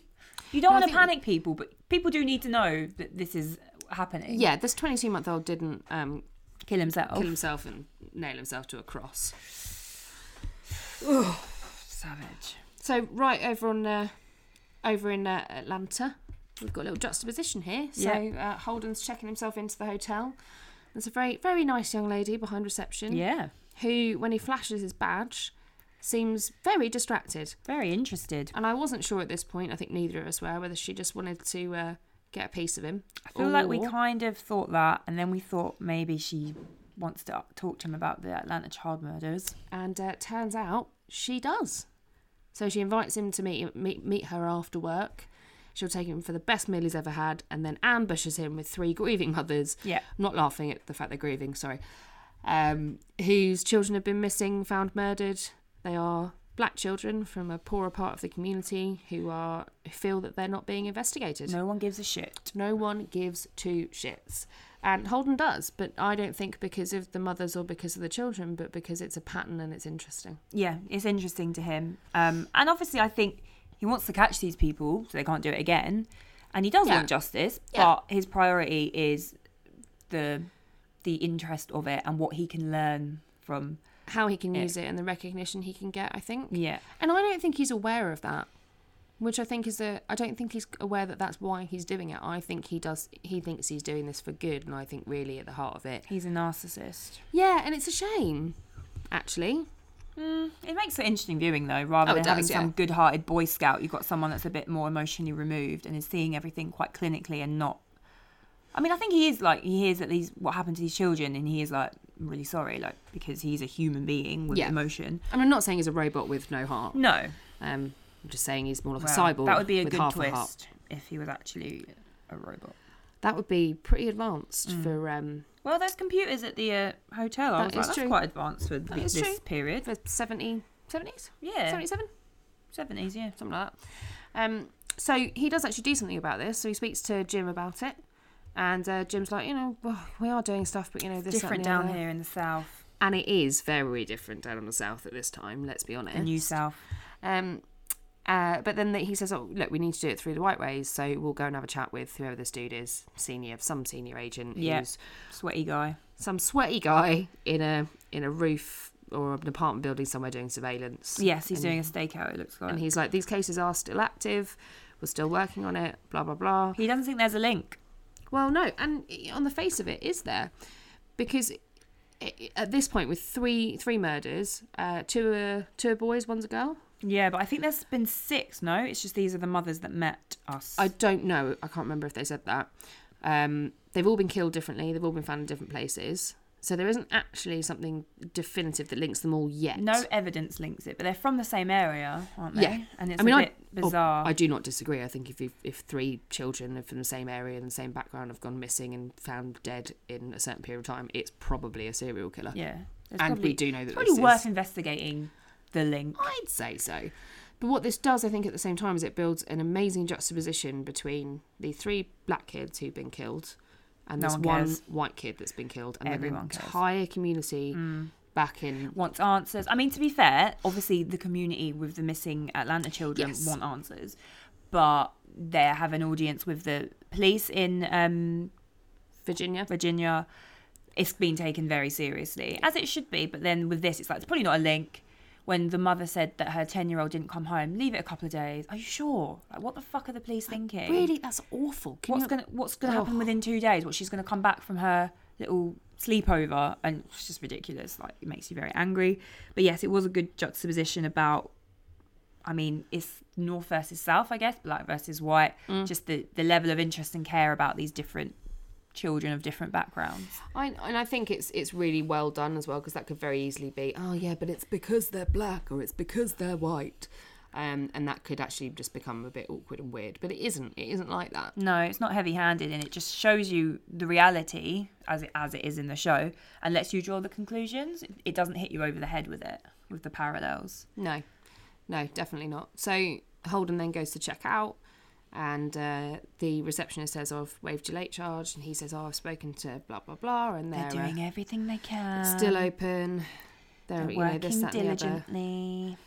Speaker 2: you
Speaker 1: No,
Speaker 2: don't
Speaker 1: I
Speaker 2: want to
Speaker 1: think-
Speaker 2: panic people, but people do need to know that this is happening.
Speaker 1: yeah, this twenty-two-month-old didn't um,
Speaker 2: kill himself.
Speaker 1: kill himself and nail himself to a cross.
Speaker 2: Savage.
Speaker 1: So right over on uh, over in uh, Atlanta, we've got a little juxtaposition here. So uh, Holden's checking himself into the hotel. There's a very very nice young lady behind reception
Speaker 2: Yeah,
Speaker 1: who, when he flashes his badge, seems very distracted.
Speaker 2: very interested.
Speaker 1: And I wasn't sure at this point. I think neither of us were whether she just wanted to uh, get a piece of him.
Speaker 2: I feel like we
Speaker 1: or-
Speaker 2: kind of thought that, and then we thought maybe she wants to talk to him about the Atlanta child murders.
Speaker 1: And uh, turns out she does. So she invites him to meet, meet meet her after work. She'll take him for the best meal he's ever had, and then ambushes him with three grieving mothers.
Speaker 2: Yeah.
Speaker 1: not laughing at the fact they're grieving. Sorry, um, whose children have been missing, found murdered. They are black children from a poorer part of the community who are who feel that they're not being investigated.
Speaker 2: No one gives a shit.
Speaker 1: No one gives two shits. And Holden does, but I don't think because of the mothers or because of the children, but because it's a pattern and it's interesting.
Speaker 2: yeah, it's interesting to him. Um, and obviously, I think he wants to catch these people so they can't do it again. And he does
Speaker 1: Yeah.
Speaker 2: want justice,
Speaker 1: Yeah.
Speaker 2: but his priority is the the interest of it and what he can learn from.
Speaker 1: How he can use it and the recognition he can get, I think.
Speaker 2: Yeah,
Speaker 1: And I don't think he's aware of that, which I think is a. I don't think he's aware that that's why he's doing it. I think he does. He thinks he's doing this for good, and I think really at the heart of it.
Speaker 2: he's a narcissist.
Speaker 1: Yeah, and it's a shame, actually.
Speaker 2: It makes for interesting viewing, though, rather
Speaker 1: Oh, it
Speaker 2: than having
Speaker 1: does,
Speaker 2: some
Speaker 1: yeah.
Speaker 2: good-hearted Boy Scout. You've got someone that's a bit more emotionally removed and is seeing everything quite clinically and not. I mean, I think he is like he hears that these what happened to these children, and he is like I'm really sorry, like because he's a human being with
Speaker 1: Yeah.
Speaker 2: emotion.
Speaker 1: I mean, I'm not saying he's a robot with no heart.
Speaker 2: No,
Speaker 1: Um, I'm just saying he's more like
Speaker 2: Well,
Speaker 1: a cyborg.
Speaker 2: That would be a
Speaker 1: with
Speaker 2: good
Speaker 1: half A heart.
Speaker 2: twist if he was actually a robot.
Speaker 1: That would be pretty advanced
Speaker 2: Mm.
Speaker 1: for um
Speaker 2: Well, those computers at the uh, hotel,
Speaker 1: That
Speaker 2: I was
Speaker 1: is
Speaker 2: like, that's
Speaker 1: true.
Speaker 2: quite advanced for thi-
Speaker 1: is
Speaker 2: this
Speaker 1: true.
Speaker 2: period.
Speaker 1: for 70, 70s,
Speaker 2: Yeah,
Speaker 1: 77,
Speaker 2: seventies. Yeah,
Speaker 1: something like that. Um, so he does actually do something about this. So he speaks to Jim about it, and uh, Jim's like, you know, well, we are doing stuff, but you know, this that, and
Speaker 2: different
Speaker 1: the
Speaker 2: down
Speaker 1: other."
Speaker 2: here in the south,
Speaker 1: and it is very different down in the south at this time. Let's be honest.
Speaker 2: the new south.
Speaker 1: Um, uh, but then he says, "Oh, look, we need to do it through the right ways. So we'll go and have a chat with whoever this dude is, senior, some senior agent,
Speaker 2: Yeah.
Speaker 1: who's
Speaker 2: Sweaty guy.
Speaker 1: some sweaty guy in a in a roof or an apartment building somewhere doing surveillance.
Speaker 2: Yes, he's
Speaker 1: And-
Speaker 2: doing a stakeout. It looks like
Speaker 1: And he's like, these cases are still active. We're still working on it. Blah blah blah.
Speaker 2: he doesn't think there's a link.
Speaker 1: Well, no, and on the face of it, is there? Because i- at this point, with three three murders, uh, two are two are boys, one's a girl.
Speaker 2: Yeah, but I think there's been six. No, it's just these are the mothers that met us.
Speaker 1: I don't know. I can't remember if they said that. Um, they've all been killed differently. They've all been found in different places. So there isn't actually something definitive that links them all yet.
Speaker 2: No evidence links it, but they're from the same area, aren't they?
Speaker 1: Yeah.
Speaker 2: And it's
Speaker 1: I mean,
Speaker 2: a
Speaker 1: I-
Speaker 2: bit bizarre.
Speaker 1: Oh, I do not disagree. I think if you, if three children are from the same area and the same background have gone missing and found dead in a certain period of time, it's probably a serial killer.
Speaker 2: yeah. It's
Speaker 1: and
Speaker 2: probably,
Speaker 1: we do know that
Speaker 2: it's
Speaker 1: this
Speaker 2: probably
Speaker 1: is.
Speaker 2: worth investigating the link.
Speaker 1: I'd say so. But what this does, I think, at the same time, is it builds an amazing juxtaposition between the three black kids who've been killed and
Speaker 2: No
Speaker 1: this
Speaker 2: one
Speaker 1: one
Speaker 2: cares.
Speaker 1: white kid that's been killed, and
Speaker 2: Everyone
Speaker 1: then
Speaker 2: cares. Mm.
Speaker 1: the entire community back in.
Speaker 2: Wants answers. I mean, to be fair, obviously the community with the missing Atlanta children
Speaker 1: Yes.
Speaker 2: want answers, but they have an audience with the police in um,
Speaker 1: Virginia.
Speaker 2: Virginia. It's been taken very seriously, as it should be. But then with this, it's like it's probably not a link. When the mother said that her ten-year-old didn't come home, leave it a couple of days. Are you sure? Like, what the fuck are the police thinking?
Speaker 1: Really, that's awful. Can
Speaker 2: What's
Speaker 1: you-
Speaker 2: gonna What's gonna
Speaker 1: Oh.
Speaker 2: happen within two days? What she's gonna come back from her little sleepover, and it's just ridiculous. Like, it makes you very angry. But yes, it was a good juxtaposition about. I mean, it's North versus South, I guess, black versus white.
Speaker 1: Mm.
Speaker 2: Just the the level of interest and care about these different children of different backgrounds.
Speaker 1: I, and I think it's it's really well done as well because that could very easily be oh yeah but it's because they're black or it's because they're white, um, and that could actually just become a bit awkward and weird. But it isn't. It isn't like that.
Speaker 2: No, it's not heavy-handed, and it just shows you the reality as it as it is in the show, and lets you draw the conclusions. It doesn't hit you over the head with it with the parallels.
Speaker 1: No, no, definitely not. So Holden then goes to check out, and uh, the receptionist says I've waived your late charge, and he says oh I've spoken to blah blah blah, and they're,
Speaker 2: They're doing everything they
Speaker 1: uh,
Speaker 2: can.
Speaker 1: still open. They're,
Speaker 2: They're
Speaker 1: you know
Speaker 2: working
Speaker 1: this that and the other,
Speaker 2: diligently.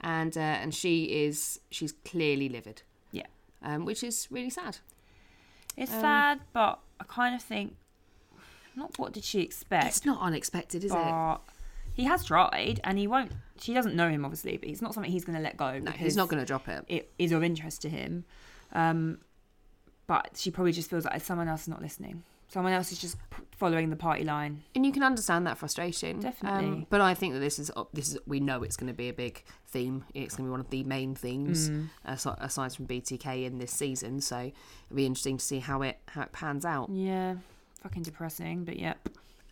Speaker 1: and uh, and she is she's clearly livid,
Speaker 2: Yeah,
Speaker 1: um, which is really sad.
Speaker 2: it's
Speaker 1: Um,
Speaker 2: sad, but I kind of think not. What did she expect?
Speaker 1: It's not unexpected, is it?
Speaker 2: But he has tried, and he won't. She doesn't know him, obviously, but it's not something he's going to let go.
Speaker 1: No, he's
Speaker 2: because-
Speaker 1: not going to drop it.
Speaker 2: it is of interest to him. Um, but she probably just feels like someone else is not listening. Someone else is just p- following the party line.
Speaker 1: And you can understand that frustration. Um,
Speaker 2: Definitely.
Speaker 1: but I think that this is this is we know it's going to be a big theme. It's going to be one of the main themes asi- aside from BTK in this season. So it'll be interesting to see how it how it pans out.
Speaker 2: Yeah, fucking depressing, but yeah.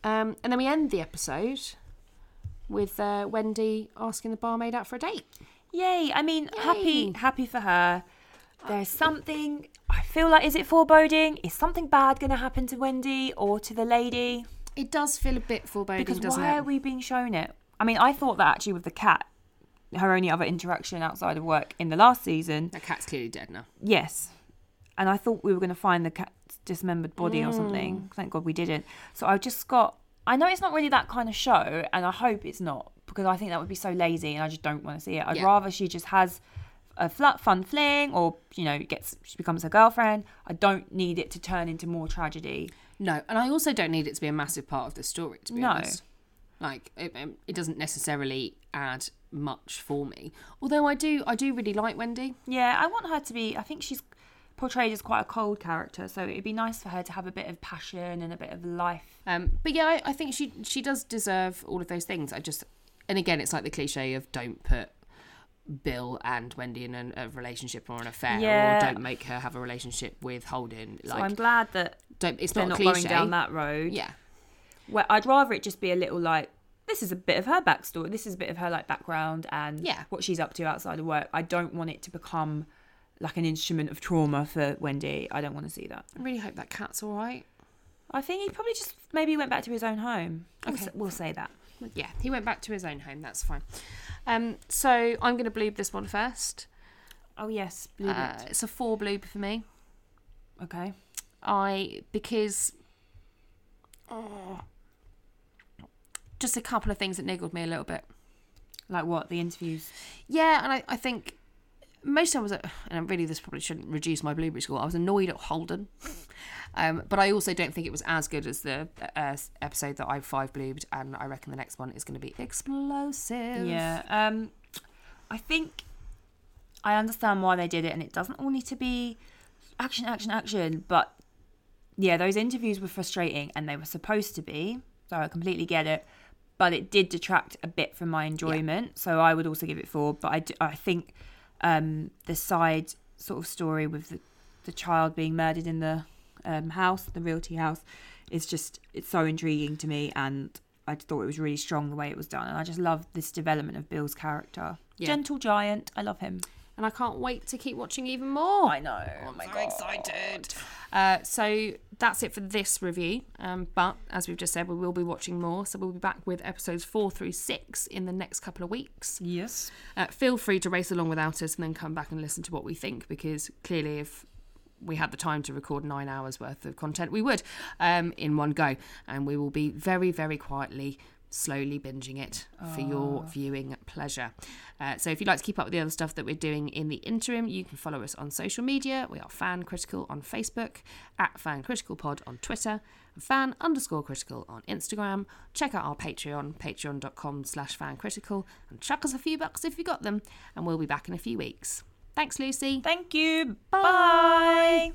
Speaker 1: Um, and then we end the episode with uh, Wendy asking the barmaid out for a date.
Speaker 2: Yay! I mean,
Speaker 1: Yay. Uh,
Speaker 2: happy, happy for her. There's something. I feel like is it foreboding? Is something bad going to happen to Wendy or to the lady?
Speaker 1: It does feel a bit foreboding,
Speaker 2: Because
Speaker 1: doesn't
Speaker 2: why
Speaker 1: it?
Speaker 2: are we being shown it? I mean, I thought that actually with the cat, her only other interaction outside of work in the last season
Speaker 1: That cat's clearly dead now.
Speaker 2: Yes. And I thought we were going to find the cat's dismembered body or
Speaker 1: Mm.
Speaker 2: something. Thank God we didn't. So I just got. I know it's not really that kind of show, and I hope it's not because I think that would be so lazy, and I just don't want to see it. I'd
Speaker 1: Yeah.
Speaker 2: rather she just has a flat, fun fling, or you know, gets she becomes her girlfriend. I don't need it to turn into more tragedy.
Speaker 1: No, and I also don't need it to be a massive part of the story. To be
Speaker 2: No.
Speaker 1: honest, like it, um, it doesn't necessarily add much for me. Although I do, I do really like Wendy.
Speaker 2: Yeah, I want her to be. I think she's portrayed as quite a cold character, so it'd be nice for her to have a bit of passion and a bit of life.
Speaker 1: Um, but yeah, I, I think she she does deserve all of those things. I just, and again, it's like the cliche of don't put Bill and Wendy in an, a relationship or an affair, or
Speaker 2: Yeah.
Speaker 1: don't make her have a relationship with Holden.
Speaker 2: so I'm
Speaker 1: Like,
Speaker 2: glad that
Speaker 1: don't, it's
Speaker 2: they're
Speaker 1: not,
Speaker 2: not
Speaker 1: a cliche.
Speaker 2: going down that road.
Speaker 1: Yeah,
Speaker 2: Well, I'd rather it just be a little like this is a bit of her backstory. This is a bit of her like background and
Speaker 1: Yeah.
Speaker 2: what she's up to outside of work. I don't want it to become like an instrument of trauma for Wendy. I don't want to see that.
Speaker 1: I really hope that cat's all right.
Speaker 2: I think he probably just maybe went back to his own home. We'll
Speaker 1: Okay.
Speaker 2: s- We'll say that.
Speaker 1: Yeah, he went back to his own home. That's fine. Um, so I'm going to bloob this one first.
Speaker 2: Oh yes, blue
Speaker 1: Uh,
Speaker 2: bit.
Speaker 1: it's a four bloob for me.
Speaker 2: Okay.
Speaker 1: I because oh, just a couple of things that niggled me a little bit.
Speaker 2: Like what? The interviews.
Speaker 1: Yeah, and I, I think most I was, and really this probably shouldn't reduce my blueberry score. I was annoyed at Holden, um, but I also don't think it was as good as the uh, episode that I five bloobed, and I reckon the next one is going to be explosive.
Speaker 2: Yeah. Um, I think I understand why they did it, and it doesn't all need to be action, action, action. But yeah, those interviews were frustrating, and they were supposed to be. So I completely get it, but it did detract a bit from my enjoyment. So I would also give it four. But I, d- I think um, the side sort of story with the, the child being murdered in the um, house, the realty house, it's just it's so intriguing to me, and I thought it was really strong the way it was done, and I just love this development of Bill's character.
Speaker 1: Yeah.
Speaker 2: Gentle giant, I love him.
Speaker 1: and I can't wait to keep watching even more.
Speaker 2: I know. Oh my god.
Speaker 1: excited. Uh, so that's it for this review. Um, but as we've just said, we will be watching more. So we'll be back with episodes four through six in the next couple of weeks.
Speaker 2: Yes.
Speaker 1: Uh, feel free to race along without us and then come back and listen to what we think because clearly, if we had the time to record nine hours worth of content, we would um, in one go. And we will be very, very quietly. Slowly binging it for your viewing pleasure. Uh, so, if you'd like to keep up with the other stuff that we're doing in the interim, you can follow us on social media. We are Fan Critical on Facebook, at Fan Critical Pod on Twitter, fan underscore critical on Instagram. Check out our Patreon, patreon.com slash fan critical, and chuck us a few bucks if you got them. And we'll be back in a few weeks. Thanks, Lucy.
Speaker 2: Thank you. Bye.